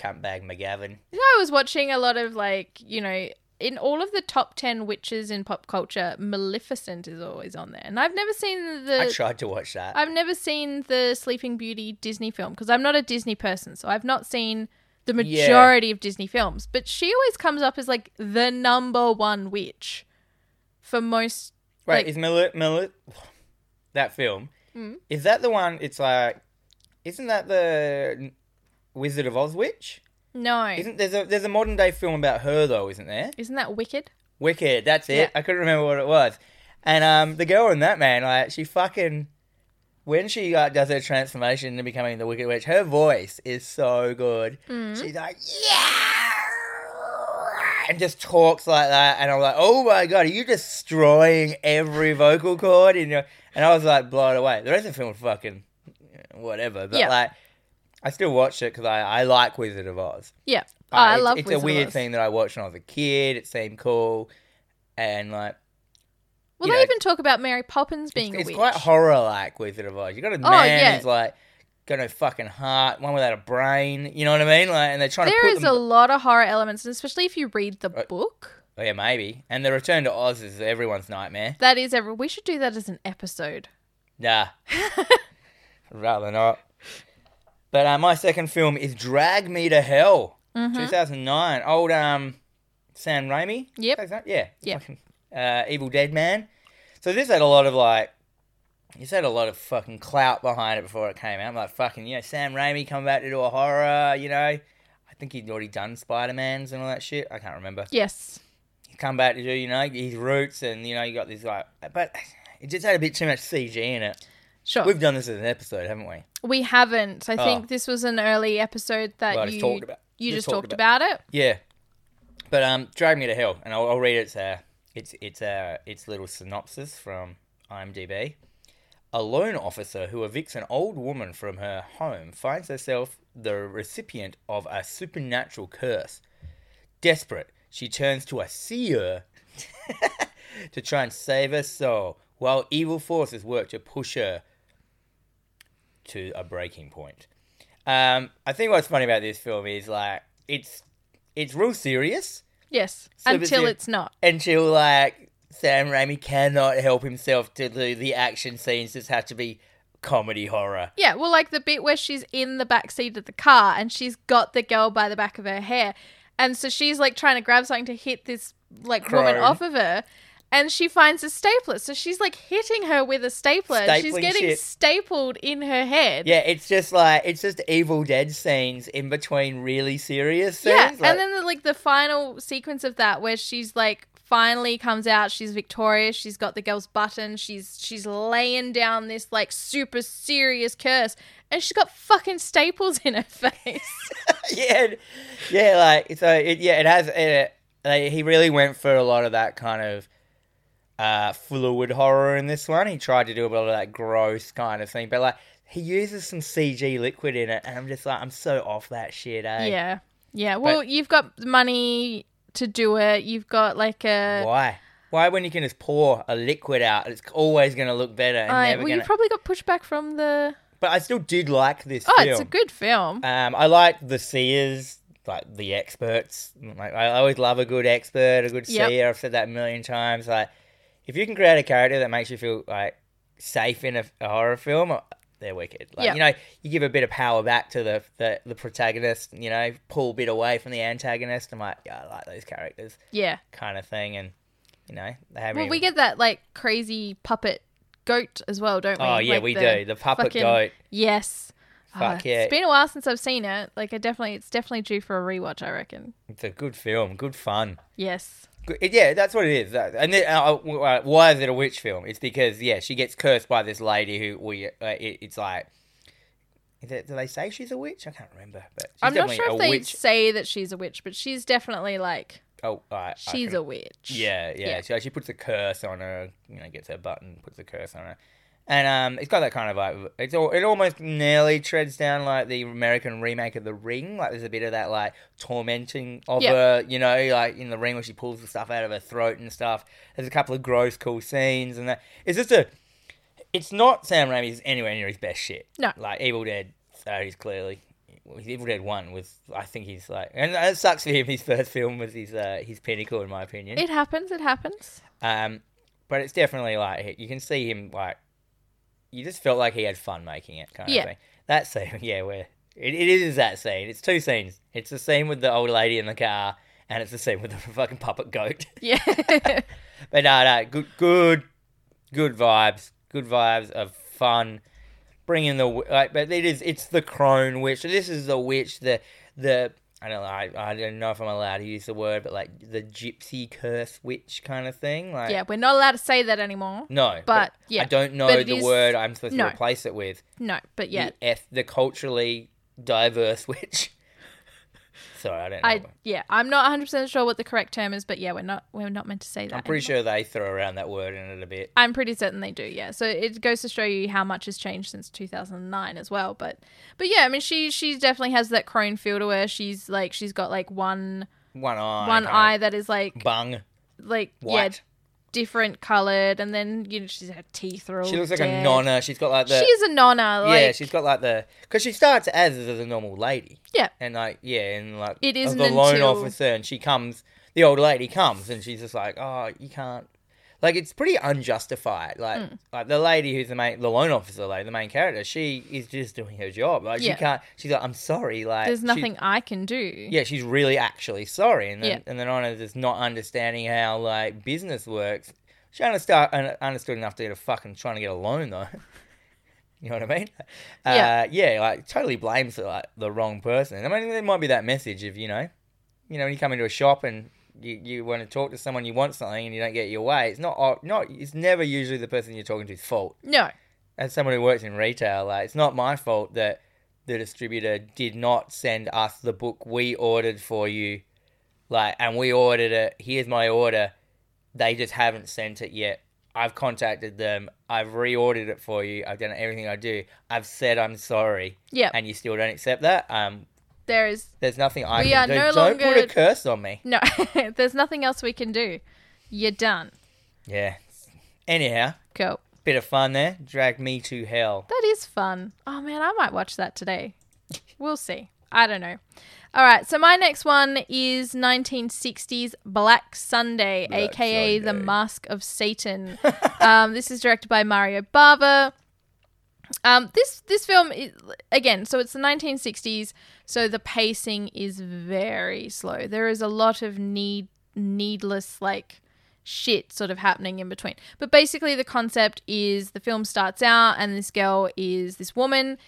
B: cunt bag McGavin.
A: I was watching a lot of like you know. In all of the top ten witches in pop culture, Maleficent is always on there, and I've never seen the
B: I tried to watch that.
A: I've never seen the Sleeping Beauty Disney film because I'm not a Disney person, so I've not seen the
B: Yeah.
A: majority of Disney films. But she always comes up as like the number one witch for most.
B: Wait,
A: like- Mm.
B: is Miller Miller that film? Is that the one? It's like, isn't that the Wizard of Oz witch?
A: No, isn't,
B: Isn't there's a there's a modern day film about her though, isn't there?
A: that wicked?
B: Wicked, that's it.
A: Yeah.
B: I couldn't remember what it was. And um, the girl in that man, like she fucking when she like, does her transformation into becoming the Wicked Witch, her voice is so good.
A: Mm.
B: She's like, yeah, and just talks like that. And I'm like, oh my god, are you destroying every vocal cord in your? And I was like blown away. The rest of the film, was fucking whatever. But
A: Yeah.
B: like, I still watched it because I I like Wizard of Oz.
A: Yeah,
B: Uh,
A: Oh, I
B: it's-
A: love.
B: It's
A: Wizard
B: a
A: of
B: weird
A: Oz.
B: thing that I watched when I was a kid. It seemed cool, and like
A: Well,
B: you
A: they
B: know,
A: even talk about Mary Poppins being
B: it's, it's
A: a witch. Oh,
B: quite horror like Wizard of Oz. You got a man
A: yeah.
B: who's like got no fucking heart, one without a brain. You know what I mean? Like, and they're trying
A: there
B: to put
A: is a
B: them.
A: lot of horror elements, and especially if you read the
B: Uh,
A: book.
B: Oh, yeah, maybe. And the Return to Oz is everyone's nightmare.
A: That is ever. We should do that as an episode.
B: Nah, rather not. But uh, my second film is Drag Me to Hell,
A: Mm-hmm.
B: 2009. Old um, Sam Raimi.
A: Yep.
B: Is that- Yeah.
A: Yeah.
B: Fucking, Uh, Evil Dead Man. So this had a lot of like, this had a lot of fucking clout behind it before it came out. Like fucking, you know, Sam Raimi coming back to do a horror. You know, I think he'd already done Spider Man's and all that shit. I can't remember
A: Yes.
B: come back to do, you know, his roots and, you know, you got this like, but it just had a bit too much CG in it.
A: Sure.
B: We've done this as an episode, haven't we?
A: we haven't. I
B: Oh.
A: think this was an early episode that
B: Well, I just
A: you
B: talked about-
A: you
B: just
A: just
B: talked
A: talked, about, it.
B: Yeah. But um, Drag Me to Hell, and I'll, I'll read its uh, its its uh, its little synopsis from IMDb. A loan officer who evicts an old woman from her home finds herself the recipient of a supernatural curse. Desperate, she turns to a seer to try and save her soul, while evil forces work to push her to a breaking point. Um, I think what's funny about this film is like it's it's real serious
A: Yes.
B: So this
A: until
B: is-
A: it's not.
B: until like Sam Raimi cannot help himself to do the action scenes just have to be comedy horror.
A: Yeah, well, like the bit where she's in the back seat of the car and she's got the girl by the back of her hair, and so she's like trying to grab something to hit this like woman
B: Crone.
A: off of her, and she finds a stapler, so she's like hitting her with a stapler. and she's
B: Stapling
A: getting
B: shit.
A: stapled in her head.
B: Yeah, it's just like it's just Evil Dead scenes in between really serious scenes.
A: Yeah,
B: like-
A: and then the, like the final sequence of that where she's like finally comes out, she's victorious, she's got the girl's button, she's she's laying down this like super serious curse, and she's got fucking staples in her face.
B: yeah, and- yeah, like so. It, yeah, it has. It, like, he really went for a lot of that kind of uh, fluid horror in this one. He tried to do a lot of that gross kind of thing, but like he uses some CG liquid in it, and I'm just like, I'm so off that shit. Eh?
A: yeah, yeah. Well, you've got money to do it. You've got like a.
B: Why? Why when you can just pour a liquid out, it's always going to look better and
A: I-
B: never
A: well,
B: gonna.
A: you probably got pushback from the.
B: but I still did like this
A: Oh,
B: film.
A: it's a good film.
B: Um, I like the seers, like the experts. Like I always love a good expert, a good
A: Yep.
B: seer. I've said that a million times. Like if you can create a character that makes you feel like safe in a, a horror film, uh, they're wicked. Like
A: Yeah.
B: you know, you give a bit of power back to the, the the protagonist. You know, pull a bit away from the antagonist. I'm like, yeah, I like those characters,
A: Yeah.
B: kind of thing. And you know, they haven't.
A: Well,
B: even-
A: we get that like crazy puppet goat as well, don't we?
B: oh yeah,
A: Like,
B: we
A: the
B: do the puppet
A: fucking-
B: goat.
A: Yes. Ah,
B: Fuck yeah.
A: It's been a while since I've seen it. Like I definitely it's definitely due for a rewatch, I reckon.
B: It's a good film, good fun.
A: Yes.
B: Good- Yeah, that's what it is. That- And then, uh, uh, why is it a witch film? It's because yeah, she gets cursed by this lady who we. Uh, it, it's like, is it, do they say she's a witch? I can't remember, but she's
A: I'm not
B: definitely
A: sure if
B: a
A: they
B: witch.
A: say that she's a witch, but she's definitely like
B: Oh, all right, I
A: she's
B: can-
A: a witch.
B: Yeah, yeah.
A: Yeah.
B: So she puts a curse on her. You know, gets her button, puts a curse on her, and um, it's got that kind of like it's all, it almost nearly treads down like the American remake of The Ring. Like there's a bit of that like tormenting of
A: Yeah.
B: her. You know, like in The Ring where she pulls the stuff out of her throat and stuff. There's a couple of gross, cool scenes, and that it's just a. It's not Sam Raimi's anywhere near his best shit.
A: No.
B: like Evil Dead. So he's clearly. well, his Evil Dead One was, I think he's like, and it sucks for him. His first film was his uh, his pinnacle, in my opinion.
A: It happens, it happens.
B: Um, but it's definitely like you can see him like you just felt like he had fun making it kind
A: Yeah.
B: of thing. That scene, yeah, where it, it is that scene. It's two scenes. It's the scene with the old lady in the car, and it's the scene with the fucking puppet goat.
A: Yeah.
B: but no, no, good, good, good vibes. Good vibes of fun. Bringing the wi- like, but it is it's the crone witch. This is the witch. The the I don't know. I, I don't know if I'm allowed to use the word, but like the gypsy curse witch kind of thing. Like
A: yeah, we're not allowed to say that anymore.
B: no,
A: But, yeah,
B: I don't
A: but
B: know
A: it
B: the
A: is-
B: word I'm supposed
A: no.
B: to replace it with.
A: No, but yeah.
B: the, eth- the culturally diverse witch. Sorry, I don't know.
A: I yeah, I'm not 100% sure what the correct term is, but yeah, we're not we're not meant to say that.
B: I'm pretty
A: anymore.
B: sure they throw around that word in it a bit.
A: I'm pretty certain they do, yeah. So it goes to show you how much has changed since 2009 as well. But, but yeah, I mean, she she definitely has that crone feel to her. She's like she's got like one
B: One eye,
A: one
B: kinda
A: eye that is like
B: bung,
A: like yeah
B: white.
A: different coloured, and then you know she's her teeth are all.
B: she looks like
A: dead.
B: a nonna. She's got like the
A: she is a nonna. Like,
B: yeah. She's got like the because she starts as as a normal lady.
A: Yeah.
B: and like yeah, and like
A: It
B: the
A: isn't
B: loan
A: until-
B: officer, and she comes. The old lady comes, and she's just like, "Oh, you can't." Like it's pretty unjustified. Like
A: Hmm.
B: like the lady who's the main, the loan officer, like the main character, she is just doing her job. Like
A: Yeah.
B: she can't. She's like, "I'm sorry." Like
A: there's
B: she-
A: nothing I can do.
B: yeah, she's really actually sorry, and then
A: Yeah.
B: and then Anna's just not understanding how like business works. She understood understood enough to get a fucking trying to get a loan though. you know what I mean?
A: Yeah.
B: Uh, yeah, like totally blames like the wrong person. I mean, there might be that message of you know, you know, when you come into a shop and. You, you want to talk to someone, you want something, and you don't get your way. It's not o- not it's never usually the person you're talking to's fault
A: No.
B: as someone who works in retail, like it's not my fault that the distributor did not send us the book we ordered for you, like, and we ordered it. Here's my order. They just haven't sent it yet. I've contacted them. I've reordered it for you. I've done everything I do. I've said I'm sorry,
A: Yeah.
B: and you still don't accept that. Um,
A: There is
B: there's nothing I
A: We
B: can
A: are
B: do.
A: no
B: don't put
A: longer-
B: a curse on me.
A: no. there's nothing else we can do. You're done.
B: Yeah. Anyhow,
A: Go.
B: bit of fun there. Drag me to hell.
A: That is fun. Oh man, I might watch that today. We'll see. I don't know. All right, so my next one is 1960s Black Sunday,
B: Black
A: aka The
B: Sunday.
A: Mask of Satan. um, this is directed by Mario Bava. Um, this this film is, again, so it's the 1960s, so the pacing is very slow. There is a lot of need needless like shit sort of happening in between. But basically, the concept is the film starts out, and this girl is this woman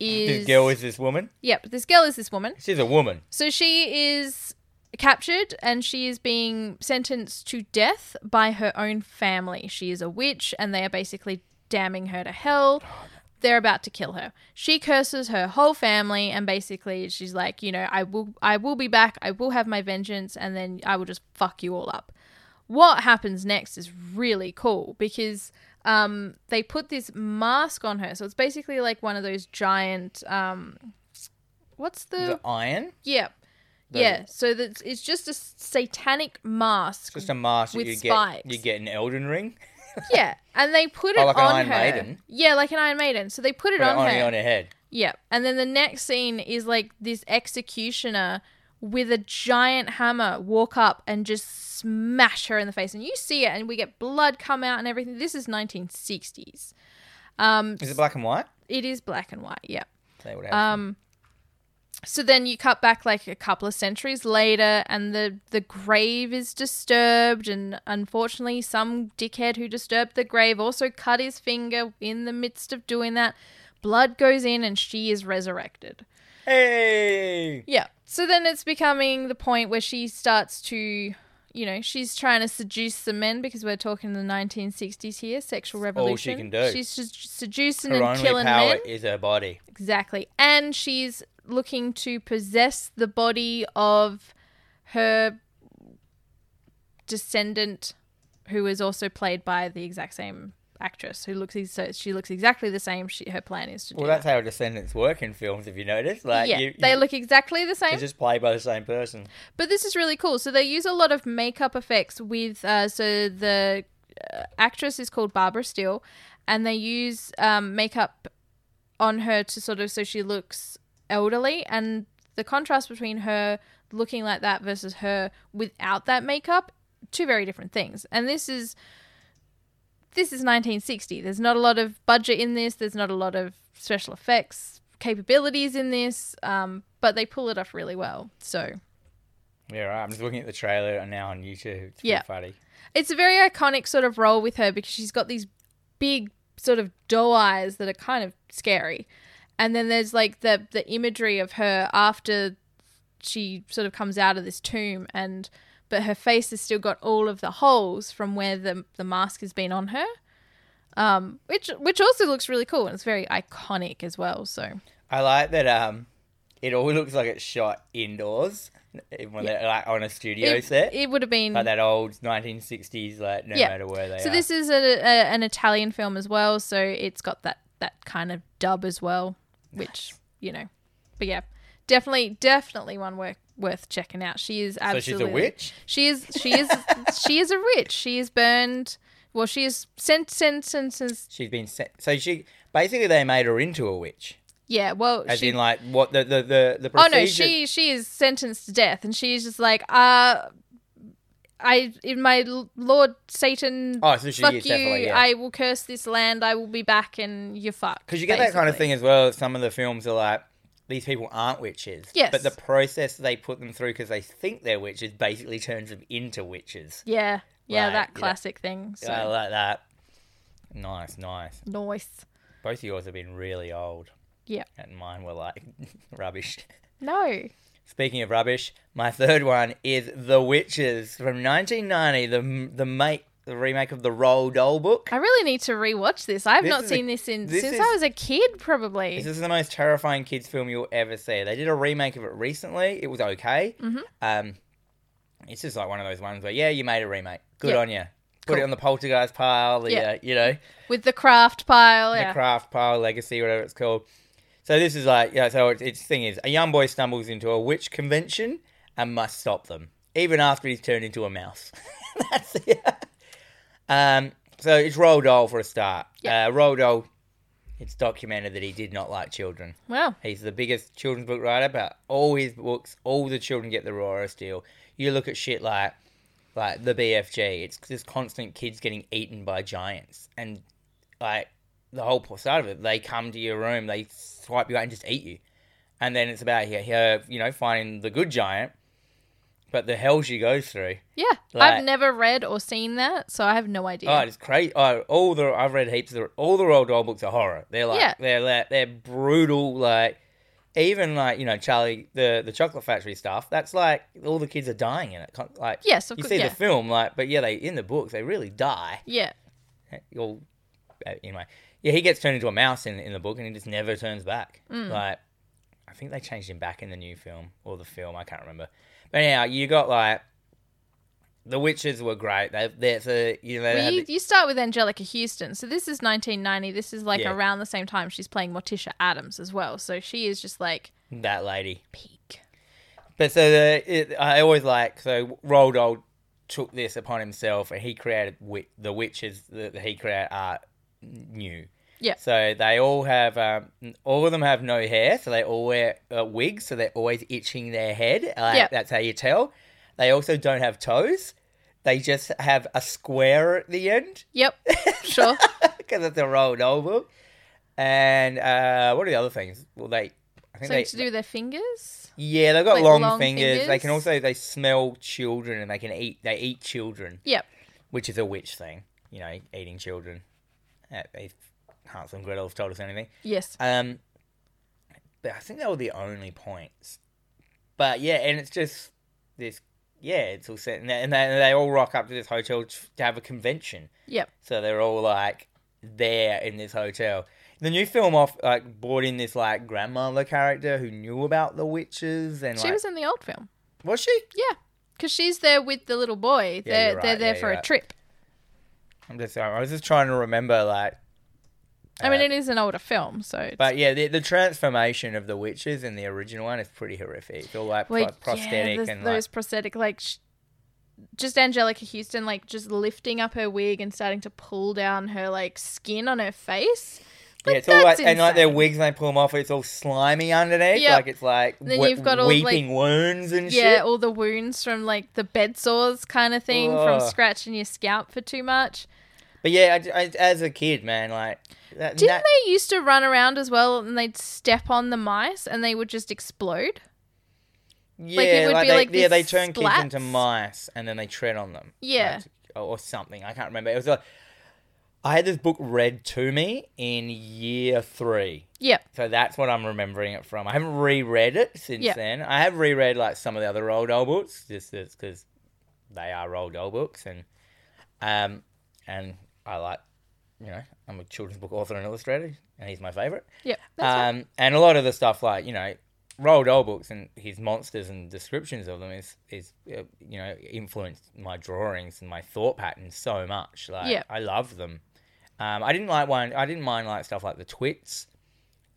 A: is
B: This girl is this woman.
A: yep. This girl is this woman.
B: She's a woman.
A: So she is captured and she is being sentenced to death by her own family. She is a witch and they are basically damning her to hell. They're about to kill her. She curses her whole family and basically she's like, you know, I will I will be back. I will have my vengeance and then I will just fuck you all up. What happens next is really cool because um, they put this mask on her. So it's basically like one of those giant um, what's
B: The iron.
A: yeah.
B: The-
A: yeah. So that's it's just a satanic mask.
B: Just a mask
A: With
B: that you
A: spikes.
B: get. You get an Elden Ring.
A: yeah. And they put it
B: Oh, like an
A: on
B: Iron
A: her.
B: Maiden?
A: Yeah, like an Iron Maiden. So they put it
B: Put it
A: on,
B: on,
A: her.
B: your- on your head.
A: Yeah. And then the next scene is like this executioner with a giant hammer walk up and just smash her in the face. And you see it and we get blood come out and everything. This is 1960s. Um
B: Is it black and white?
A: It is black and white. Yeah.
B: They would have
A: Um, so then you cut back like a couple of centuries later, and the the grave is disturbed, and unfortunately, some dickhead who disturbed the grave also cut his finger in the midst of doing that. Blood goes in, and she is resurrected.
B: hey,
A: Yeah. So then it's becoming the point where she starts to, you know, she's trying to seduce the men because we're talking the 1960s here, sexual revolution.
B: can do.
A: She's just seducing
B: her
A: and
B: only
A: killing
B: power
A: men.
B: is her body.
A: Exactly. And she's looking to possess the body of her descendant, who is also played by the exact same actress who looks ex- so she looks exactly the same she her plan is to do
B: Well,
A: that.
B: that's how descendants work in films. If you notice, like
A: yeah
B: you, you,
A: they look exactly the
B: they're
A: same
B: just played by the same person.
A: But this is really cool. So they use a lot of makeup effects with. Uh, so the uh, actress is called Barbara Steele, and they use um, makeup on her to sort of so she looks elderly. And the contrast between her looking like that versus her without that makeup, two very different things. And this is this is 1960. There's not a lot of budget in this. There's not a lot of special effects capabilities in this, um, but they pull it off really well. So.
B: Yeah, right. I'm just looking at the trailer and now on YouTube. It's pretty
A: Yeah.
B: funny.
A: it's a very iconic sort of role with her because she's got these big sort of doe eyes that are kind of scary. And then there's like the the imagery of her after she sort of comes out of this tomb and but her face has still got all of the holes from where the the mask has been on her. Um, which which also looks really cool and it's very iconic as well. So
B: I like that. Um, it always looks like it's shot indoors, in one of the- like on a studio
A: it,
B: set,
A: it would have been
B: like that old 1960s. Like no
A: Yeah.
B: matter where they
A: So
B: are.
A: this is a, a, an Italian film as well, so it's got that that kind of dub as well, which you know. But yeah, definitely, definitely one worth worth checking out. She is
B: so
A: absolutely.
B: she's a witch.
A: She is. She is. she is a witch. She is burned. Well, she is sent sent sent. sent
B: She's been sent. So she basically they made her into a witch,
A: yeah. Well,
B: as
A: she.
B: in like what the the the, the
A: oh
B: procedure.
A: no, she she is sentenced to death, and she's just like uh. I, in my l- Lord Satan,
B: Oh, so she
A: fuck you!
B: is definitely yeah.
A: I will curse this land. I will be back, and you're fucked.
B: Because you get that kind of
A: basically.
B: thing as well. Some of the films are like these people aren't witches.
A: Yes.
B: But the process they put them through because they think they're witches basically turns them into witches.
A: Yeah, yeah,
B: Like,
A: that
B: yeah.
A: classic thing. So
B: I like that. Nice, nice.
A: nice.
B: Both of yours have been really old.
A: Yeah.
B: And mine were like rubbish.
A: No.
B: Speaking of rubbish, my third one is The Witches from 1990, the the make the remake of the Roald Dahl book.
A: I really need to rewatch this. I've
B: This
A: not
B: is a-
A: seen this in
B: this
A: since
B: is-
A: I was a kid, probably.
B: This is the most terrifying kids film you'll ever see. They did a remake of it recently. It was okay.
A: Mm-hmm.
B: Um, it's just like one of those ones where yeah, you made a remake. Good
A: Yeah.
B: on you. Put it
A: Cool.
B: on the poltergeist pile. The,
A: Yeah.
B: uh, you know
A: With the craft pile.
B: the
A: Yeah.
B: craft pile, legacy, whatever it's called. So this is like yeah. So it's, its thing is a young boy stumbles into a witch convention and must stop them, even after he's turned into a mouse. That's it. Um. So it's Roald Dahl for a start.
A: Yeah.
B: Uh, Roald Dahl. It's documented that he did not like children.
A: Wow.
B: He's the biggest children's book writer, but all his books, all the children get the rawest deal. You look at shit like, like the BFG. It's just constant kids getting eaten by giants, and like the whole po- side of it, they come to your room, they swipe you out and just eat you. And then it's about her, her you know, finding the good giant, but the hell she goes through.
A: Yeah.
B: Like-
A: I've never read or seen that, so I have no idea.
B: Oh, it's crazy. Oh, all the I've read heaps of the, all the Roald Dahl books are horror. They're like
A: Yeah.
B: they're like, they're brutal. Like even like you know Charlie the the Chocolate Factory stuff. That's like all the kids are dying in it. Con- Like
A: yes, of
B: you
A: course.
B: see
A: Yeah.
B: the film, like but yeah, they in the books they really die.
A: yeah.
B: All uh, anyway, yeah, he gets turned into a mouse in in the book, and he just never turns back.
A: Mm.
B: Like I think they changed him back in the new film or the film. I can't remember. But anyhow, you got like. The witches were great. They, that's a you know. they
A: Well,
B: had
A: you,
B: the-
A: you start with Angelica Houston. So this is 1990. This is like
B: Yeah.
A: around the same time she's playing Morticia Adams as well. So she is just like
B: that lady.
A: peak.
B: But so the, it, I always like so Roald Dahl took this upon himself and he created wi- the witches that he created are new.
A: Yeah.
B: So they all have um, all of them have no hair, so they all wear uh, wigs, so they're always itching their head. Uh,
A: Yeah.
B: That's how you tell. They also don't have toes. They just have a square at the end
A: Yep. Sure.
B: because it's a Roald Dahl book. And uh, what are the other things? Well, they. I think
A: Something
B: they,
A: to do with their fingers.
B: yeah, they've got
A: like
B: long,
A: long
B: fingers. They can
A: fingers?
B: also they smell children and they can eat. They eat children,
A: Yep.
B: which is a witch thing, you know, eating children. Uh, If Hansel and Gretel have told us anything,
A: Yes.
B: um, but I think they were the only points. But yeah, and it's just this. Yeah, it's all set, and they, and they, and they all rock up to this hotel t- to have a convention.
A: Yep.
B: So they're all like there in this hotel. The new film off like brought in this like grandmother character who knew about the witches and
A: She
B: like
A: was in the old film.
B: was she?
A: Yeah. Because she's there with the little boy.
B: Yeah,
A: They're,
B: you're
A: they're
B: right.
A: there for
B: Yeah, you're
A: a
B: right.
A: trip.
B: I'm just I was just trying to remember like.
A: I mean,
B: uh,
A: it is an older film, so it's,
B: But yeah, the, the transformation of the witches in the original one is pretty horrific. It's all like pro-
A: Well,
B: prosthetic
A: there's
B: and
A: those prosthetic like sh- just Angelica Houston like just lifting up her wig and starting to pull down her like skin on her face. Like,
B: like yeah, it's all like
A: that's
B: and like their
A: insane.
B: wigs when they pull them off, it's all slimy underneath.
A: Yep.
B: Like it's like
A: Then
B: we-
A: you've got all, like-
B: weeping wounds and
A: Yeah,
B: shit.
A: all the wounds from like the bed sores kind of thing from
B: Ugh.
A: scratching your scalp for too much.
B: But yeah, I, I- as a kid, man, like that,
A: Didn't
B: that-
A: they used to run around as well and they'd step on the mice and they would just explode?
B: Yeah,
A: Like,
B: like,
A: it would be
B: they,
A: like
B: yeah, they
A: these
B: turn kids into
A: splats.
B: mice and then they tread on them.
A: Yeah.
B: Like, or, or something. I can't remember. It was like I had this book read to me in year three,
A: Yep.
B: so that's what I'm remembering it from. I haven't reread it since
A: Yeah.
B: then. I have reread like some of the other Roald Dahl books, just because they are Roald Dahl books, and um, and I like, you know, I'm a children's book author and illustrator, and he's my favorite.
A: Yep. That's right.
B: Um, and a lot of the stuff like you know, Roald Dahl books and his monsters and descriptions of them is is uh, you know influenced my drawings and my thought patterns so much. Like
A: Yeah.
B: I love them. Um, I didn't like one. I didn't mind like stuff like the twits,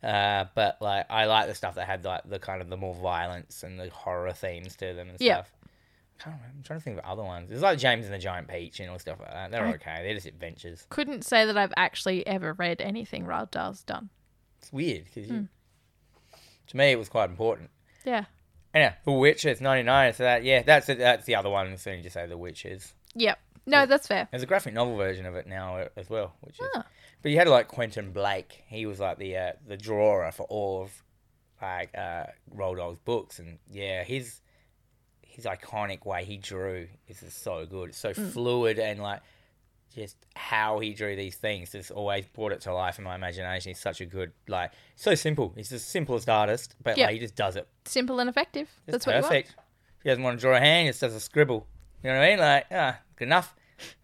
B: uh, but like I like the stuff that had like the kind of the more violence and the horror themes to them and
A: Yeah.
B: stuff. I can't remember. I'm trying to think of other ones. There's like James and the Giant Peach and all stuff like that. They're
A: I-
B: okay. They're just adventures.
A: Couldn't say that I've actually ever read anything Roald Dahl's done.
B: It's weird because
A: Mm.
B: to me it was quite important.
A: Yeah.
B: Yeah, The Witcher. It's ninety nine. So that yeah, that's it, that's the other one. So you just say The Witches.
A: Yep. No, that's fair.
B: There's a graphic novel version of it now uh, as well, which is.
A: Ah.
B: But you had like Quentin Blake. He was like the uh, the drawer for all of like uh, Roald Dahl's books, and yeah, his his iconic way he drew is just so good. It's so
A: Mm.
B: fluid and like just how he drew these things just always brought it to life in my imagination. He's such a good like so simple. He's the simplest artist, but
A: Yeah.
B: like he just does it
A: Simple and effective.
B: that's
A: That's what you want.
B: perfect. If he doesn't want to draw a hand, just does a scribble. You know what I mean? Like, ah, good enough.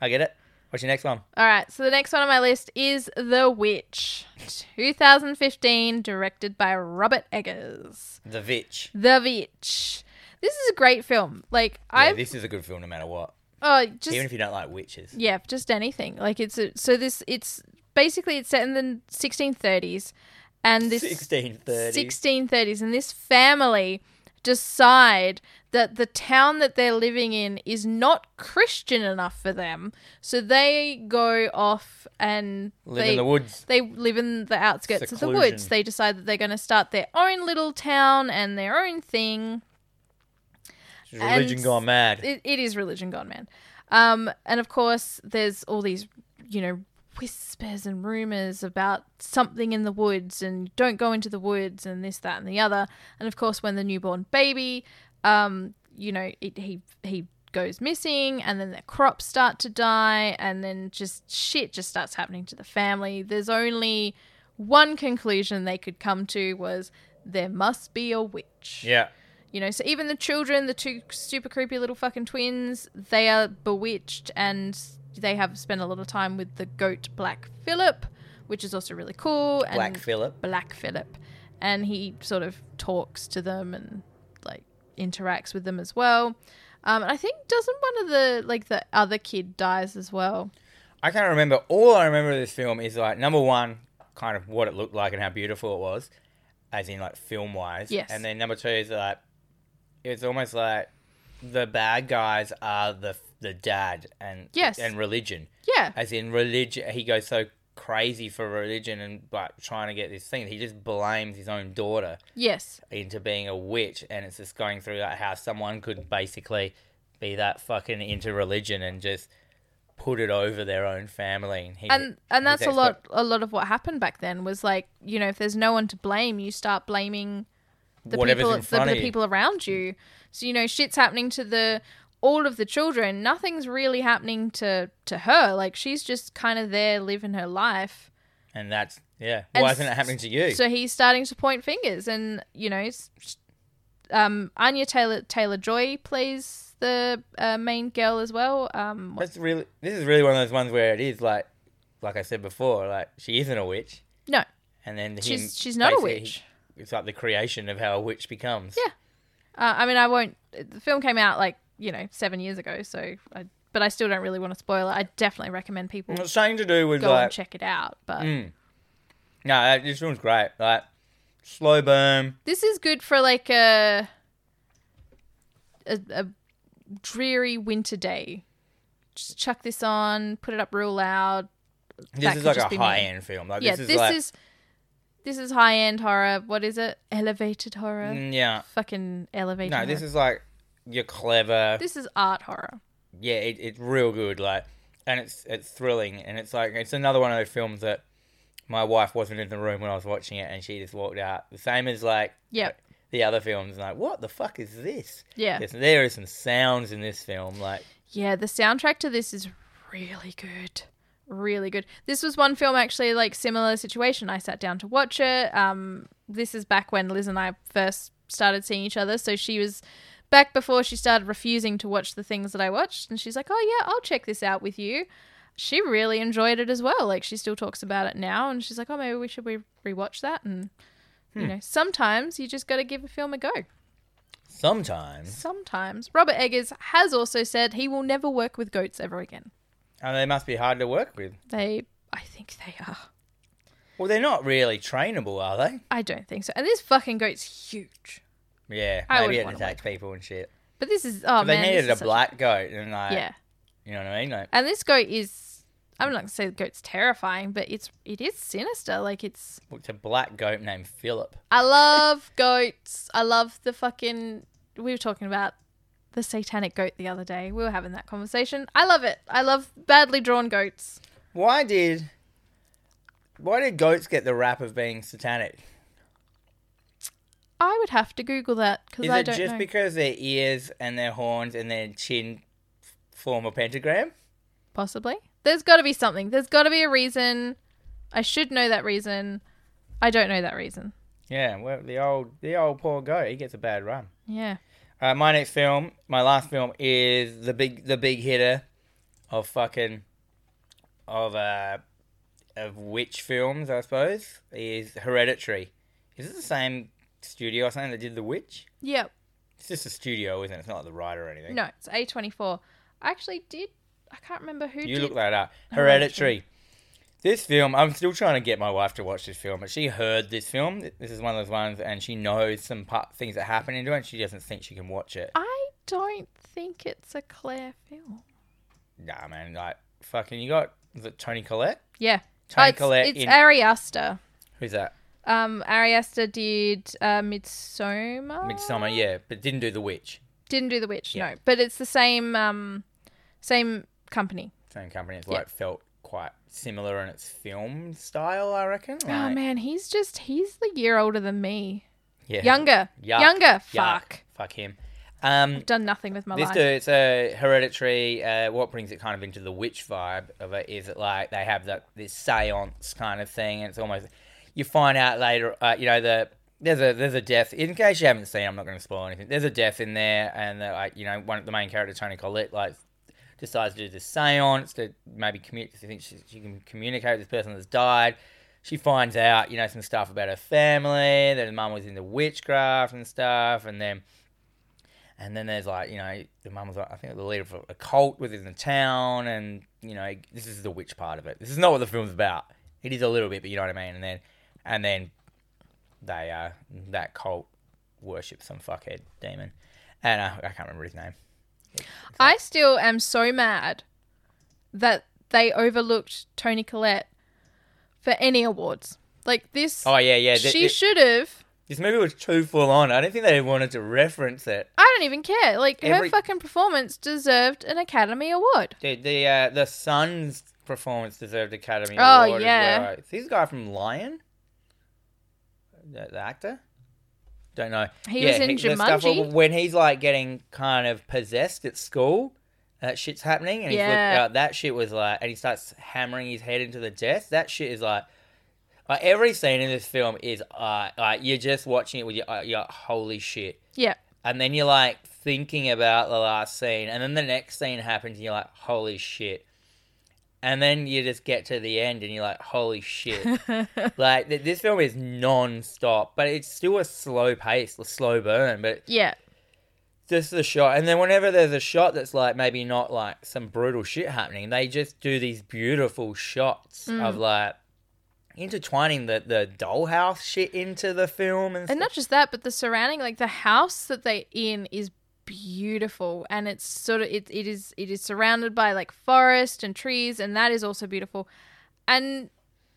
B: I get it. What's your next one?
A: All right, so the next one on my list is The Witch, 2015, directed by Robert Eggers.
B: The Vitch.
A: The Witch. This is a great film. Like
B: Yeah,
A: I've
B: this is a good film no matter what.
A: oh just
B: Even if you don't like witches.
A: yeah, just anything. Like it's a, so this it's basically it's set in the 1630s, and this
B: 1630.
A: 1630s and this family decide that the town that they're living in is not christian enough for them so they go off and
B: Live
A: they,
B: in the woods.
A: they live in the outskirts of the
B: Seclusion.
A: woods they decide that they're going to start their own little town and their own thing
B: It's Religion
A: and-
B: gone mad.
A: it, it is religion gone man um and of course there's all these you know whispers and rumors about something in the woods and don't go into the woods and this that and the other and of course when the newborn baby um you know it, he he goes missing and then the crops start to die and then just shit just starts happening to the family there's only one conclusion they could come to was there must be a witch
B: yeah.
A: you know, so even the children, the two super creepy little fucking twins, they are bewitched and they have spent a lot of time with the goat Black Philip, which is also really cool. And
B: Black Philip.
A: Black Philip. And he sort of talks to them and like interacts with them as well. Um, and I think doesn't one of the like the other kid dies as well?
B: I can't remember. All I remember of this film is like number one, kind of what it looked like and how beautiful it was, as in like film wise.
A: Yes.
B: And then number two is like, it's almost like the bad guys are the the dad and
A: Yes.
B: and religion.
A: Yeah,
B: as in religion. He goes so crazy for religion and like trying to get this thing. He just blames his own daughter
A: yes,
B: into being a witch, and it's just going through like how someone could basically be that fucking into religion and just put it over their own family. And, he,
A: and and that's
B: his
A: a lot
B: expert-
A: a lot of what happened back then was like you know if there's no one to blame you start blaming the
B: Whatever's
A: people
B: in front
A: the,
B: of
A: the
B: you.
A: people around you so you know shit's happening to the all of the children nothing's really happening to to her like she's just kind of there living her life
B: And that's, yeah.
A: And
B: Why isn't it
A: s-
B: happening to you?
A: so he's starting to point fingers and you know s- um Anya Taylor Taylor Joy plays the uh, main girl as well um
B: that's really, this is really one of those ones where it is like, like I said before, like she isn't a witch.
A: no
B: And then him,
A: she's she's not a
B: basically, he-
A: witch
B: It's like the creation of how a witch becomes.
A: Yeah. Uh, I mean, I won't. The film came out like you know seven years ago, so I, but I still don't really want to spoil it. I definitely recommend people
B: And It's something to do with
A: go
B: Mm. like mm.
A: and check it out. But
B: No, that- this film's great. Like slow burn.
A: this is good for like a, a a dreary winter day. Just chuck this on, put it up real loud.
B: This
A: could
B: is like
A: just
B: a
A: be me.
B: high end film. Like
A: yeah,
B: this is
A: this
B: like
A: is this is high end horror. What is it? Elevated horror.
B: Mm, yeah.
A: Fucking elevated.
B: No,
A: horror.
B: this is like you're clever.
A: this is art horror.
B: yeah, it, it's real good. Like, and it's it's thrilling. And it's like it's another one of those films that my wife wasn't in the room when I was watching it, and she just walked out. The same as like
A: Yep.
B: the other films. Like, what the fuck is this?
A: Yeah.
B: Yes, there are some sounds in this film. Like,
A: Yeah, the soundtrack to this is really good. Really good. This was one film actually like similar situation. I sat down to watch it. Um this is back when Liz and I first started seeing each other, so she was back before she started refusing to watch the things that I watched and she's like, "Oh yeah, I'll check this out with you." She really enjoyed it as well. Like she still talks about it now and she's like, "Oh, maybe we should re- rewatch that." And you know, sometimes you just got to give a film a go.
B: sometimes
A: Sometimes. Robert Eggers has also said he will never work with goats ever again.
B: and they must be hard to work with.
A: They, I think they are.
B: Well, they're not really trainable, are they?
A: I don't think so. And this fucking goat's huge.
B: Yeah,
A: I
B: maybe it
A: wouldn't wanna
B: attacks people and shit.
A: But this is oh
B: But they
A: man, this
B: needed a
A: is such
B: black goat, and like,
A: yeah,
B: you know what I mean? Like,
A: and this goat is. I'm not gonna say the goat's terrifying, but it's it is sinister. Like it's.
B: it's a black goat named Philip.
A: I love goats. I love the fucking. We were talking about the satanic goat the other day. We were having that conversation. I love it. I love badly drawn goats.
B: Why did, why did goats get the rap of being satanic?
A: I would have to Google that because
B: Is
A: I
B: it
A: don't
B: just
A: know.
B: because their ears and their horns and their chin f- form a pentagram?
A: Possibly. There's got to be something. There's got to be a reason. I should know that reason. I don't know that reason.
B: Yeah, well, the old, the old poor goat, he gets a bad run.
A: Yeah.
B: Uh, my next film, my last film is the big, the big hitter of fucking, of uh, of which films I suppose is Hereditary. Is it the same studio or something that did The Witch?
A: Yep.
B: It's just a studio, isn't it? It's not like the writer or anything.
A: No, it's A24. I actually did. I can't remember who
B: you
A: did.
B: look that up.
A: Hereditary.
B: Hereditary. This film, I'm still trying to get my wife to watch this film, but she heard this film. This is one of those ones, and she knows some part, things that happen into it, and she doesn't think she can watch it.
A: I don't think it's a Claire film.
B: Nah, man, like, fucking, you got, is it Tony Collette?
A: Yeah.
B: Tony
A: Uh, it's
B: Collette
A: it's
B: in-
A: Ari Aster.
B: Who's that?
A: Um, Ari Aster did uh, Midsommar.
B: Midsummer, yeah, but didn't do The Witch.
A: Didn't do The Witch,
B: Yeah.
A: no. But it's the same um, same company.
B: Same company. It's
A: Yeah.
B: like felt quite similar in its film style, I reckon.
A: Oh,
B: Like,
A: man. He's just, he's the year older than me.
B: Yeah.
A: Younger.
B: Yuck.
A: Younger.
B: Yuck.
A: Fuck.
B: Fuck him. Um,
A: done nothing with my
B: This
A: life.
B: dude, it's a hereditary. Uh, what brings it kind of into the witch vibe of it is it like they have that this seance kind of thing, and it's almost you find out later. Uh, you know the there's a there's a death. In case you haven't seen, I'm not going to spoil anything. There's a death in there, and the, like you know one of the main character Tony Collette like decides to do this seance to maybe commu- she thinks she, she can communicate with this person that's died. She finds out, you know, some stuff about her family, that her mum was into witchcraft and stuff, and then and then there's like, you know, the mum was like, I think the leader of a cult within the town, and you know, this is the witch part of it. This is not what the film's about. It is a little bit, but you know what I mean. And then, and then, they uh, that cult worships some fuckhead demon, and uh, I can't remember his name.
A: I still am so mad that they overlooked Tony Collette for any awards. Like this,
B: Oh yeah, yeah. th-
A: she
B: it-
A: should have
B: This movie was too full on. I don't think they wanted to reference it.
A: I don't even care. Like her
B: Every-
A: fucking performance deserved an Academy Award.
B: The the uh, the son's performance deserved Academy
A: Oh,
B: Award
A: yeah.
B: as well. Is this guy from Lion? The, the actor? Don't know.
A: He was in
B: the stuff
A: Jumanji.
B: when he's like getting kind of possessed at school. That shit's happening, and he's looking
A: Yeah.
B: out. That shit was like, and he starts hammering his head into the desk. That shit is like, like every scene in this film is uh, like you're just watching it with your, uh, you're like, holy shit
A: Yeah.
B: and then you're like thinking about the last scene, and then the next scene happens, and you're like, holy shit. And then you just get to the end, and you're like, holy shit. like, th- this film is non stop, but it's still a slow pace, a slow burn, but
A: yeah.
B: just the shot. And then whenever there's a shot that's like maybe not like some brutal shit happening, they just do these beautiful shots
A: Mm.
B: of like intertwining the, the dollhouse shit into the film and,
A: And
B: stuff.
A: not just that, but the surrounding, like the house that they're in is beautiful and it's sort of it, it is it is surrounded by like forest and trees and that is also beautiful. And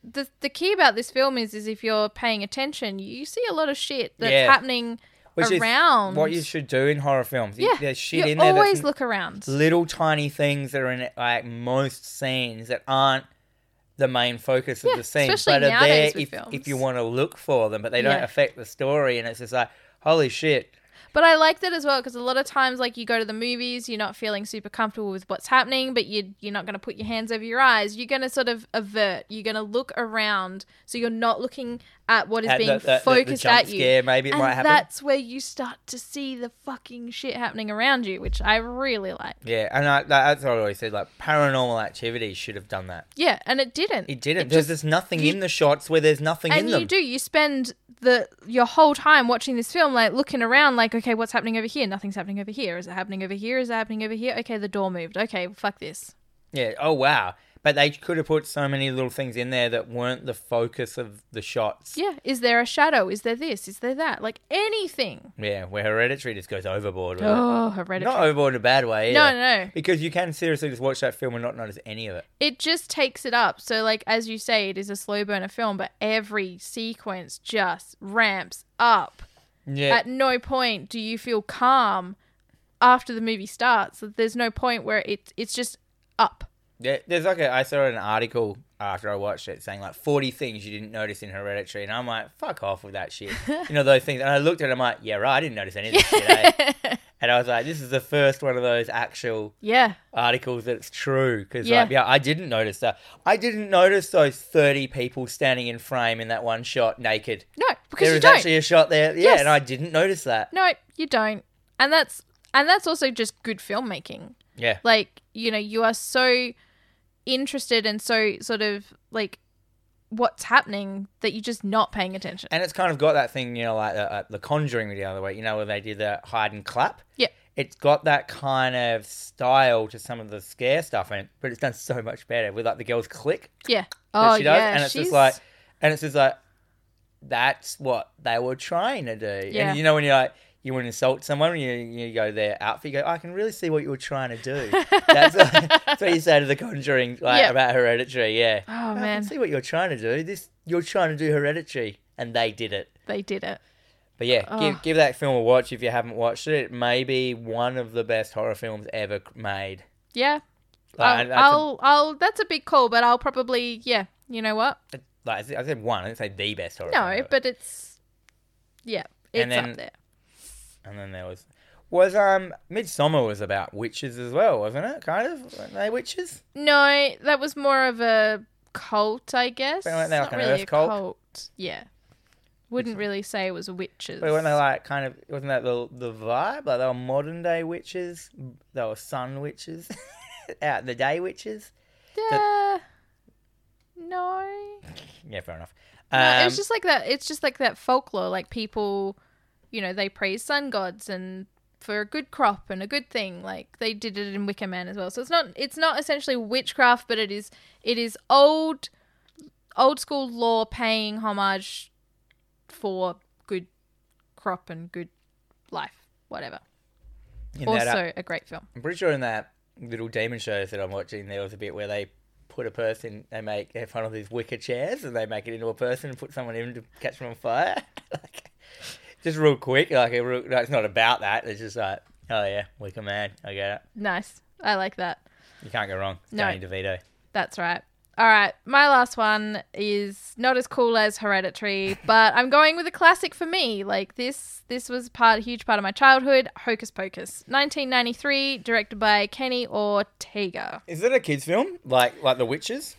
A: the the key about this film is is if you're paying attention, you see a lot of shit that's
B: Yeah.
A: happening around.
B: what you should do in horror films. You-
A: yeah,
B: there's shit
A: you
B: in there.
A: always
B: that's
A: look around.
B: little tiny things that are in like most scenes that aren't the main focus of
A: Yeah,
B: the scene,
A: especially
B: but are there
A: nowadays with
B: if, if you
A: films.
B: want to look for them, but they don't
A: Yeah.
B: affect the story. And it's just like, holy shit,
A: But I like that as well because a lot of times, like you go to the movies, you're not feeling super comfortable with what's happening, but you you're not going to put your hands over your eyes. You're going to sort of avert. You're going to look around, so you're not looking at what is
B: At the-
A: being
B: the- the- the
A: focused
B: jump
A: at you.
B: scare, maybe it
A: and
B: might happen.
A: that's where you start to see the fucking shit happening around you, which I really like.
B: yeah. And I, that- that's what I always said. Like Paranormal Activity should have done that.
A: Yeah, and it didn't.
B: It didn't.
A: It
B: there's
A: just-
B: just nothing
A: you-
B: in the shots where there's nothing
A: and
B: in
A: you
B: them.
A: do you spend the your whole time watching this film like looking around like okay what's happening over here nothing's happening over here is it happening over here is it happening over here okay the door moved okay fuck this
B: Yeah. Oh wow. But they could have put so many little things in there that weren't the focus of the shots.
A: yeah is there a shadow is there this is there that like anything
B: Yeah, where Hereditary just goes overboard. With it.
A: oh hereditary
B: Not overboard in a bad way.
A: no
B: either.
A: no
B: Because you can seriously just watch that film and not notice any of it.
A: it just takes it up so like as you say it is a slow burner film but every sequence just ramps up
B: Yeah.
A: at no point do you feel calm after the movie starts there's no point where it, it's just up
B: yeah. There's like a, I saw an article after I watched it saying like 40 things you didn't notice in Hereditary. And I'm like, fuck off with that shit. you know, those things. And I looked at it, I'm like, yeah, right, I didn't notice any of this shit. eh? And I was like, this is the first one of those actual
A: yeah
B: articles that's true. Because,
A: Yeah.
B: like, yeah, I didn't notice that. I didn't notice those 30 people standing in frame in that one shot naked.
A: No, because
B: There
A: you
B: was
A: don't.
B: actually a shot there. Yeah.
A: Yes.
B: And I didn't notice that.
A: no, you don't. And that's and that's also just good filmmaking.
B: Yeah.
A: Like, you know, you are so interested and so sort of like what's happening that you're just not paying attention.
B: And it's kind of got that thing, you know, like uh, uh, The Conjuring the other way, you know, where they did the hide and clap.
A: Yeah.
B: It's got that kind of style to some of the scare stuff, and but it's done so much better with like the girl's click
A: Yeah.
B: that
A: Oh
B: she does,
A: yeah.
B: and it's
A: she's
B: just like, and it's just like, that's what they were trying to do.
A: Yeah.
B: And you know, when you're like, you want to insult someone, you you go their outfit, you go, I can really see what you were trying to do. that's, what, that's what you say to The Conjuring, like
A: Yeah.
B: about Hereditary, yeah.
A: Oh
B: I can
A: man,
B: see what you're trying to do. This you're trying to do Hereditary, and they did it.
A: they did it.
B: But yeah,
A: Ugh.
B: give give that film a watch if you haven't watched it. It may be one of the best horror films ever c- made.
A: Yeah.
B: Like,
A: I'll,
B: and that's a-
A: I'll, I'll that's a big call, but I'll probably yeah, you know what?
B: like I said- I said one, I didn't say the best horror. film
A: No,
B: ever.
A: but it's yeah, it's
B: And then-
A: up there.
B: and then there was was um Midsummer was about witches as well, wasn't it? Kind of weren't they witches?
A: No, that was more of a cult, I guess.
B: But weren't they
A: Not
B: like an
A: really
B: earth
A: a
B: cult?
A: Yeah. Wouldn't really say it was witches.
B: But weren't they like kind of wasn't that the the vibe? Like they were modern day witches. They were sun witches, out in the day witches.
A: Yeah. No.
B: Yeah, fair enough.
A: no.
B: Um,
A: It's just like that. It's just like that folklore. Like people, you know, they praise sun gods and for a good crop and a good thing. Like they did it in Wicker Man as well. So it's not. It's not essentially witchcraft, but it is. It is old, old school law paying homage for good crop and good life. Whatever.
B: in that, uh,
A: Also a great film.
B: I'm pretty sure in that little demon shows that I'm watching, there was a bit where they put a person, they make they have one of these wicker chairs, and they make it into a person and put someone in to catch them on fire. like, just real quick, like a real, no, it's not about that. It's just like, oh yeah, Wicker Man. I get it.
A: Nice. I like that.
B: You can't go wrong. It's
A: No.
B: Danny DeVito.
A: That's right. All right, my last one is not as cool as Hereditary, but I'm going with a classic for me. Like this, this was part, a huge part of my childhood. Hocus Pocus, 1993, directed by Kenny Ortega.
B: Is it a kids film? Like like The Witches?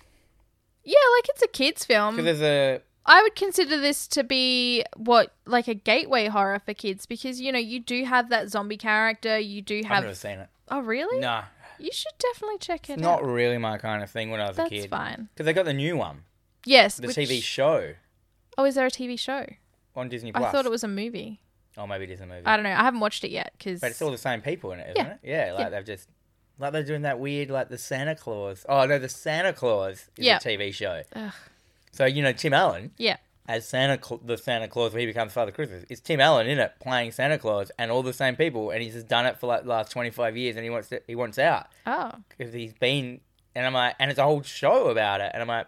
A: Yeah, like it's a kids film.
B: Because there's a
A: I would consider this to be what like a gateway horror for kids because you know you do have that zombie character. You do
B: I've
A: have.
B: never seen it.
A: Oh really?
B: Nah,
A: You should definitely check it
B: not
A: out.
B: really my kind of thing when I was
A: That's
B: a kid.
A: fine.
B: Because they got the new one,
A: Yes.
B: the
A: which-
B: TV show
A: oh, is there a TV show?
B: on Disney Plus.
A: I thought it was a movie.
B: Oh, maybe it is a movie.
A: I don't know. I haven't watched it yet because
B: But it's all the same people in it, isn't
A: Yeah.
B: it? Yeah, like
A: Yeah.
B: they've just like they're doing that weird like the Santa Claus. Oh no, the Santa Claus is
A: Yeah.
B: a TV show.
A: Ugh.
B: So you know Tim Allen
A: yeah,
B: as Santa Cl- the Santa Claus when he becomes Father Christmas. It's Tim Allen in it playing Santa Claus and all the same people, and he's just done it for like the last twenty five years, and he wants to, he wants out
A: oh,
B: because he's been and I'm like, and it's a whole show about it, and I'm like,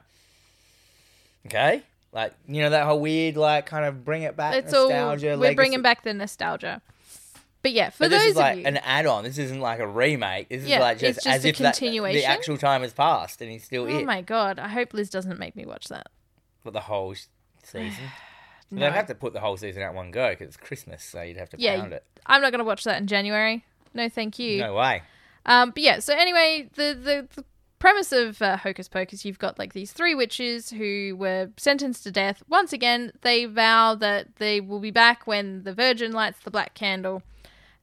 B: okay. Like you know that whole weird like kind of bring it back
A: it's all
B: nostalgia.
A: we're
B: legacy.
A: bringing back the nostalgia. But yeah, for
B: But
A: those
B: this is like
A: of you,
B: an add-on. This isn't like a remake. This
A: Yeah,
B: is like just,
A: it's just
B: as
A: a
B: if that- the
A: continuation.
B: actual time has passed and he's still
A: oh
B: in
A: my god, I hope Liz doesn't make me watch that.
B: for the whole s- season.
A: No.
B: They'd have to put the whole season at one go because it's Christmas, so you'd have to
A: Yeah,
B: pound it.
A: I'm not gonna watch that in January. No, thank you.
B: No way.
A: Um, but yeah, so anyway, the the, the premise of uh, Hocus Pocus, you've got like these three witches who were sentenced to death. Once again, they vow that they will be back when the Virgin lights the black candle,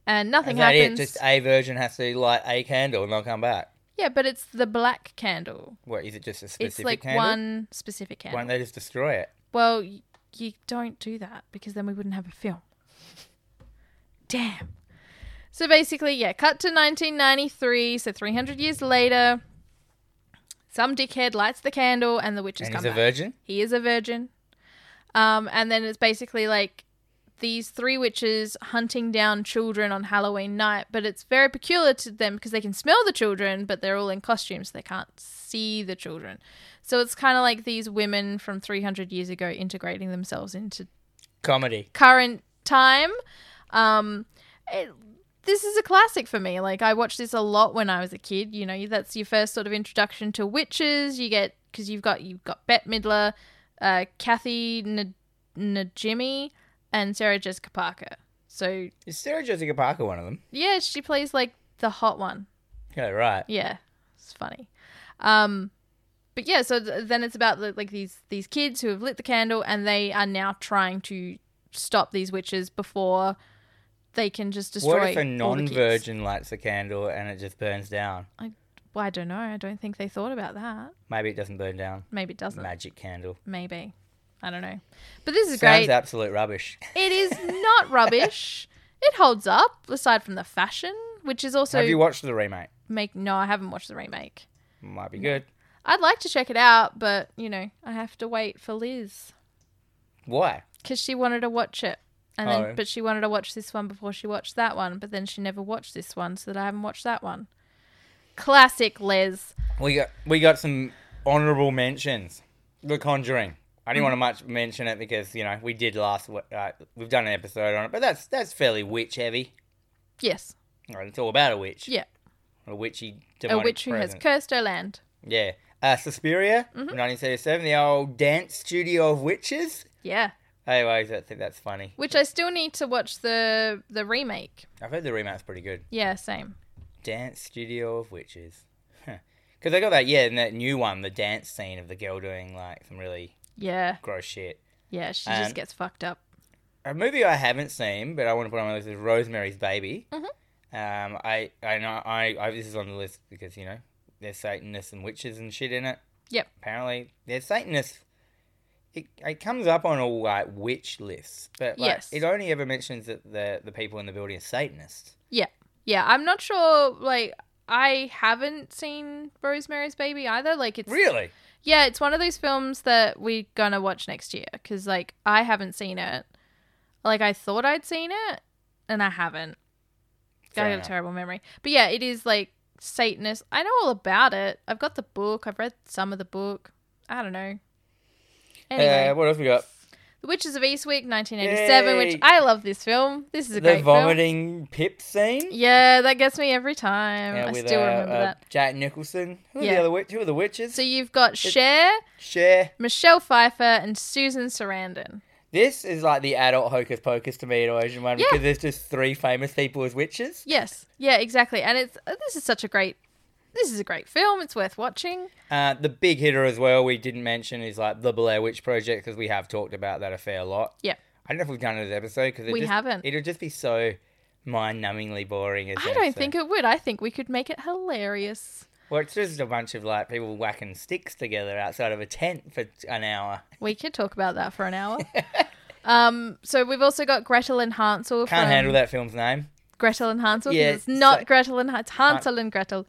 A: and nothing
B: Is that it?
A: happens.
B: Just uh, a virgin has to light a candle and they'll come back.
A: Yeah, but it's the black candle.
B: What is it? Just a specific
A: It's like
B: candle?
A: one specific candle.
B: Why don't they just destroy it?
A: Well, y- you don't do that because then we wouldn't have a film. Damn. So basically, yeah, cut to 1993, so 300 years later. Some dickhead lights the candle and the witches
B: and
A: come
B: he's a
A: back.
B: virgin.
A: He is a virgin. Um, and then it's basically like these three witches hunting down children on Halloween night, but it's very peculiar to them because they can smell the children, but they're all in costumes. They can't see the children. So it's kind of like these women from 300 years ago integrating themselves into
B: Comedy.
A: current time. Um, it, this is a classic for me. Like I watched this a lot when I was a kid. You know, that's your first sort of introduction to witches. You get because you've got you've got Bette Midler, uh, Kathy N- Najimy, and Sarah Jessica Parker. So
B: Is Sarah Jessica Parker one of them?
A: yeah, she plays like the hot one.
B: Yeah, right.
A: Yeah, it's funny. Um, but yeah, so th- then it's about the, like these these kids who have lit the candle and they are now trying to stop these witches before they can just destroy.
B: What if a
A: all the kids.
B: non-virgin lights a candle and it just burns down?
A: Well, I don't know. I don't think they thought about that.
B: Maybe it doesn't burn down.
A: Maybe it doesn't.
B: Magic candle.
A: Maybe. I don't know. But this is
B: Sounds
A: great.
B: absolute rubbish.
A: It is not rubbish. It holds up aside from the fashion, which is also
B: Have you watched the remake?
A: make no, I haven't watched the remake.
B: Might be good.
A: I'd like to check it out, but you know, I have to wait for Liz.
B: Why?
A: because she wanted to watch it, and then
B: Oh.
A: but she wanted to watch this one before she watched that one, but then she never watched this one, so that I haven't watched that one. Classic Les.
B: We got we got some honourable mentions. The Conjuring. I
A: Mm-hmm.
B: didn't want to much mention it because you know we did last. we- Uh, we've done an episode on it, but that's that's fairly witch heavy.
A: Yes,
B: Right, It's all about a witch.
A: Yeah.
B: A witchy.
A: a
B: Demonic
A: witch who has Mm-hmm.
B: presence.
A: cursed her land.
B: yeah. Uh, Suspiria, 1977, the old dance studio of witches.
A: Yeah,
B: I always think that's funny.
A: which I still need to watch the the remake.
B: I've heard the remake's pretty good.
A: Yeah, same.
B: Dance Studio of Witches. Because they got that, yeah, and that new one, the dance scene of the girl doing like some really
A: Yeah,
B: gross shit.
A: yeah. She
B: And-
A: just gets fucked up.
B: A movie I haven't seen, but I want to put on my list is Rosemary's Baby.
A: Mhm.
B: Um, I, I know, I, I, this is on the list because you know there's Satanists and witches and shit in it.
A: Yep.
B: Apparently, there's Satanists. It, it comes up on all like witch lists, but like,
A: Yes.
B: it only ever mentions that the the people in the building are Satanists.
A: Yeah, I'm not sure. Like, I haven't seen Rosemary's Baby either. Like, it's
B: Really?
A: Yeah, it's one of those films that we're gonna watch next year because, like, I haven't seen it. Like, I thought I'd seen it, and I haven't.
B: Fair
A: I got
B: enough.
A: a terrible memory. But yeah, it is like Satanist. I know all about it. I've got the book. I've read some of the book. I don't know. Anyway,
B: Uh, what else we got?
A: The Witches of Eastwick, 1987,
B: Yay.
A: which I love this film. This is a
B: the
A: great film.
B: vomiting pip scene.
A: Yeah, that gets me every time.
B: Yeah,
A: I
B: with,
A: still
B: uh,
A: remember
B: uh,
A: that.
B: Jack Nicholson. Who are the
A: Yeah.
B: other witch? Who are the witches?
A: So you've got Cher,
B: Cher.
A: Michelle Pfeiffer, and Susan Sarandon.
B: This is like the adult hocus pocus to me in Ocean One
A: Yeah.
B: because there's just three famous people as witches.
A: Yes, yeah, exactly. And it's uh, this is such a great, this is a great film. It's worth watching.
B: Uh, the big hitter as well we didn't mention is like the Blair Witch Project because we have talked about that a fair lot.
A: Yeah.
B: I don't know if we've done it as an episode because
A: We
B: just,
A: haven't.
B: It'll just be so mind-numbingly boring. As
A: I don't think it would. I think we could make it hilarious.
B: Well, it's just a bunch of like people whacking sticks together outside of a tent for an hour.
A: We could talk about that for an hour. um, so we've also got Gretel and Hansel.
B: Can't
A: from
B: handle that film's name.
A: Gretel and Hansel. 'cause
B: Yeah,
A: it's not
B: so-
A: Gretel and Han- it's Hansel and Gretel.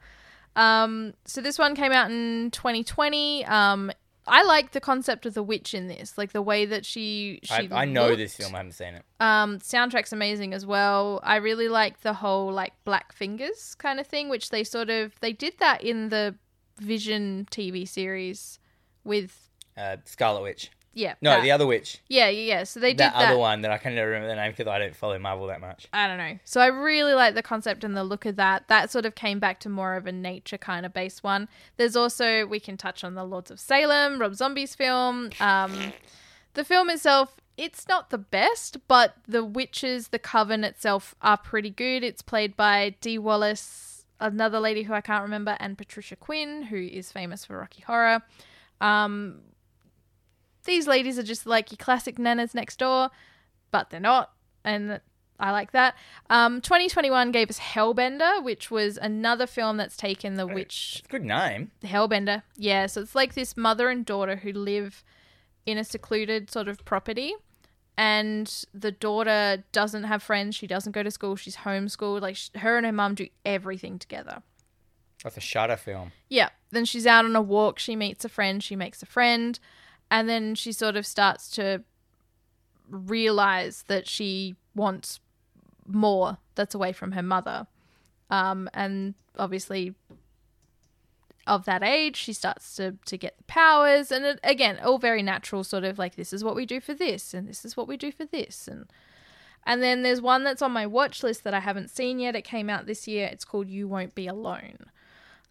A: Um, so this one came out in 2020. Um, I like the concept of the witch in this, like the way that she. she
B: I, I know this
A: looked.
B: film. I haven't seen it.
A: Um, soundtrack's amazing as well. I really like the whole like black fingers kind of thing, which they sort of they did that in the Vision TV series with
B: Uh, Scarlet Witch.
A: yeah
B: No,
A: that.
B: the other witch.
A: yeah yeah yeah. So they did
B: that,
A: that.
B: other one that I can never remember the name because I don't follow Marvel that much.
A: I don't know. So I really like the concept and the look of that. That sort of came back to more of a nature kind of based one. There's also we can touch on the Lords of Salem, Rob Zombie's film. Um, the film itself, it's not the best, but the witches, the coven itself, are pretty good. It's played by Dee Wallace, another lady who I can't remember, and Patricia Quinn, who is famous for Rocky Horror. Um, these ladies are just like your classic nanas next door, but they're not, and I like that. Um, 2021 gave us Hellbender, which was another film that's taken the witch
B: It's a good name.
A: Hellbender. Yeah, so it's like this mother and daughter who live in a secluded sort of property. And the daughter doesn't have friends. She doesn't go to school. She's homeschooled. Like, sh- her and her mum do everything together.
B: That's a Shutter film.
A: Yeah. Then she's out on a walk. She meets a friend. She makes a friend. And then she sort of starts to realize that she wants more that's away from her mother. Um, and obviously, of that age, she starts to, to get the powers. And it, again, all very natural, sort of like this is what we do for this, and this is what we do for this. And and then there's one that's on my watch list that I haven't seen yet. It came out this year. It's called You Won't Be Alone.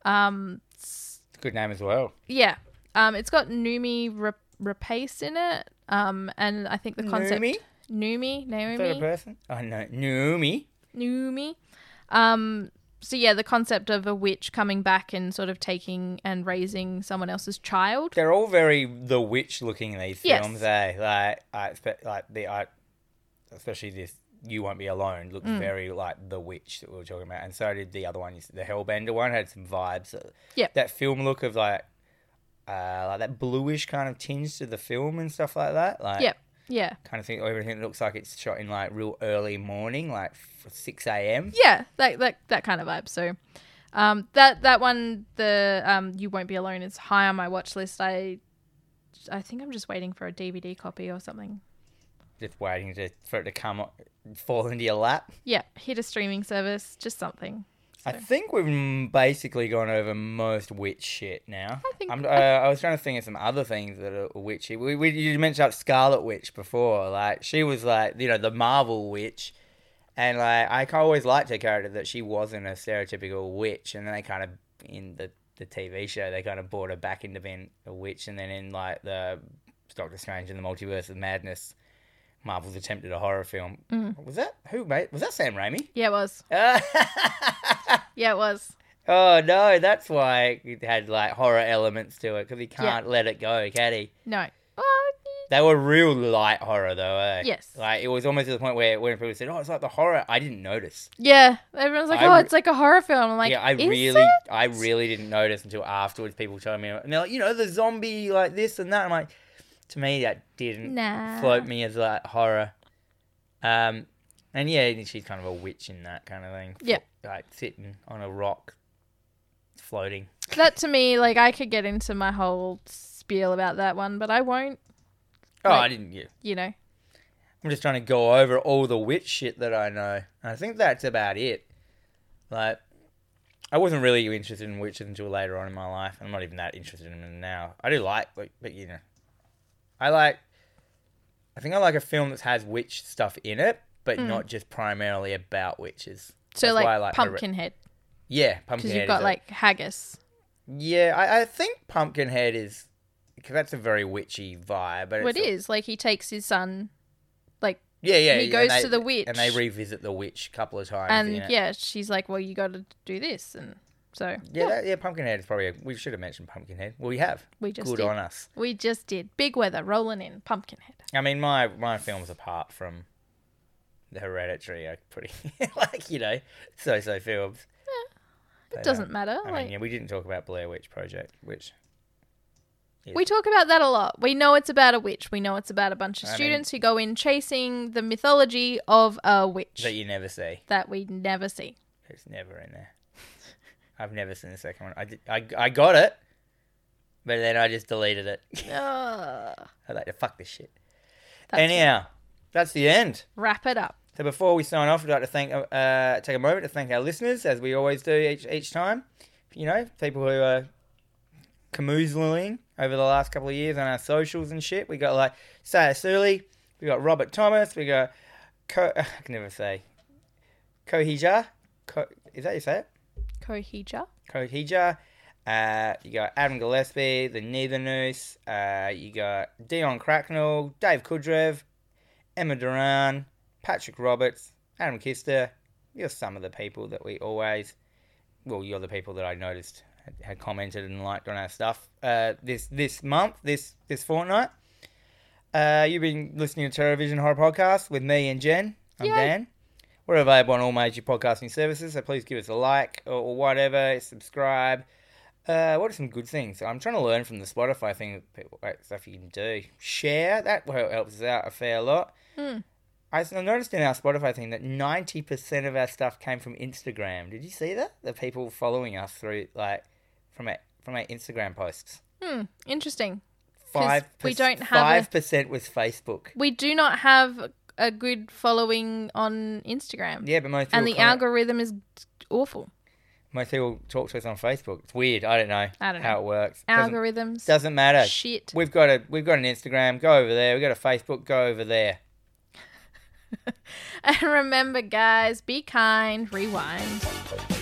A: Um, s-
B: It's a good name as well.
A: yeah. Um, it's got Numi Ra- Rapace in it. Um, and I think the concept
B: Noomi?
A: Numi
B: Is that a
A: Naomi
B: person? Oh no, Noomi.
A: Numi. Um, so yeah, the concept of a witch coming back and sort of taking and raising someone else's child.
B: They're all very the witch looking these
A: Yes.
B: films, eh? Like I expect, like the I, especially this. You won't be alone. Looks
A: Mm.
B: very like the witch that we were talking about, and so did the other one. The Hellbender one had some vibes.
A: Yep.
B: that film look of like, uh, like that bluish kind of tinge to the film and stuff like that. Like,
A: Yeah, yeah,
B: kind of thing. Everything looks like it's shot in like real early morning, like f- six a.m.
A: yeah, that that that kind of vibe. So, um, that that one, the um, you won't be alone is high on my watch list. I, I think I'm just waiting for a DVD copy or something.
B: Just waiting to, for it to come o- fall into your lap.
A: Yeah, hit a streaming service, just something.
B: I think we've mm, basically gone over most witch shit now. I
A: think-
B: I'm, uh, I was trying to think of some other things that are witchy. We, we you mentioned like Scarlet Witch before. Like she was like you know the Marvel witch, and like I ca- always liked her character that she wasn't a stereotypical witch. And then they kind of in the the TV show they kind of brought her back into being a witch. And then in like the Doctor Strange and the Multiverse of Madness, Marvel's attempt at a horror film was that who made was that Sam Raimi?
A: Yeah, it was. Yeah, it was.
B: Oh no, that's why it had like horror elements to it because he can't let it go, can he?
A: No. Uh,
B: They were real light horror though. Eh?
A: Yes.
B: like it was almost to the point where when people said, "Oh, it's like the horror," I didn't notice.
A: yeah, everyone's like,
B: I
A: oh,
B: re-
A: it's like a horror film. I'm like,
B: yeah, I
A: "Is
B: really,
A: it?"
B: I really didn't notice until afterwards. People told me, and they're like, "You know, the zombie like this and that." I'm like, to me, that didn't
A: Nah.
B: float me as like horror. Um, and yeah, she's kind of a witch in that kind of thing.
A: Yeah.
B: like sitting on a rock, floating.
A: That to me, like, I could get into my whole spiel about that one, but I won't,
B: Oh, I
A: Like-
B: didn't get.
A: you know.
B: I'm just trying to go over all the witch shit that I know. And I think that's about it. Like, I wasn't really interested in witches until later on in my life. I'm not even that interested in them now. I do like, like but you know, I like. I think I like a film that has witch stuff in it, but not just primarily about witches.
A: Hmm. So
B: That's
A: like,
B: why I like her-
A: Pumpkinhead,
B: Yeah,
A: because
B: Pumpkinhead.
A: you've
B: is
A: got
B: a-
A: like haggis,
B: yeah, I, I think Pumpkinhead is because that's a very witchy vibe. But
A: well, it
B: it's a-
A: is like he takes his son, like,
B: Yeah, yeah.
A: He
B: yeah,
A: goes
B: and they-
A: to the witch.
B: and they revisit the witch a couple of times.
A: and
B: in it.
A: yeah, she's like, well, you got to do this, and so
B: yeah, that, yeah. Pumpkinhead is probably. A, we should have mentioned Pumpkinhead. Well, we have.
A: we just
B: Good
A: did.
B: on us.
A: We just did big weather rolling in Pumpkinhead.
B: I mean, my my films apart from the Hereditary are pretty like you know so so films.
A: Eh, It doesn't matter.
B: I
A: like,
B: mean, yeah, we didn't talk about Blair Witch Project, which
A: We talk about that a lot. We know it's about a witch. We know it's about a bunch of
B: I mean-
A: students who go in chasing the mythology of a witch
B: that you never see.
A: that we never see.
B: It's never in there. I've never seen the second one. I, did, I, I got it, but then I just deleted it.
A: Ugh.
B: I like to fuck this shit.
A: That's
B: Anyhow, that's the end.
A: Wrap it up.
B: So before we sign off, we'd like to thank, uh, uh, take a moment to thank our listeners, as we always do each each time. You know, people who are camoozling over the last couple of years on our socials and shit. We got like Saya Suli, we got Robert Thomas, we got Ko- I can never say Kohija. Ko- is that you say it?
A: Coheja.
B: Kohija. Uh, you got Adam Gillespie, the Neither Noose. Uh, you got Dion Cracknell, Dave Kudrev, Emma Duran, Patrick Roberts, Adam Kister. You're some of the people that we always, well, you're the people that I noticed had, had commented and liked on our stuff uh, this this month, this this fortnight. Uh, you've been listening to Terrorvision Horror Podcast with me and Jen. I'm
A: Yay.
B: Dan. We're available on all major podcasting services, so please give us a like or, or whatever, subscribe. Uh, what are some good things? I'm trying to learn from the Spotify thing, that people- like, stuff you can do. Share, that wel- helps us out a fair lot. I s- I noticed in our Spotify thing that 90% of our stuff came from Instagram. Did you see that? The people following us through, like, from our, from our Instagram posts.
A: Hmm. Interesting. 'Cause
B: Five.
A: we don't have a-
B: five percent was Facebook.
A: We do not have a good following on Instagram.
B: Yeah, but most people
A: and the
B: comment-
A: algorithm is awful.
B: most people talk to us on Facebook. It's weird. I don't know.
A: I don't
B: how it works. Doesn't-
A: Algorithms.
B: Doesn't matter.
A: Shit.
B: We've got a we've got an Instagram. Go over there. We've got a Facebook. Go over there.
A: And remember, guys, be kind, rewind.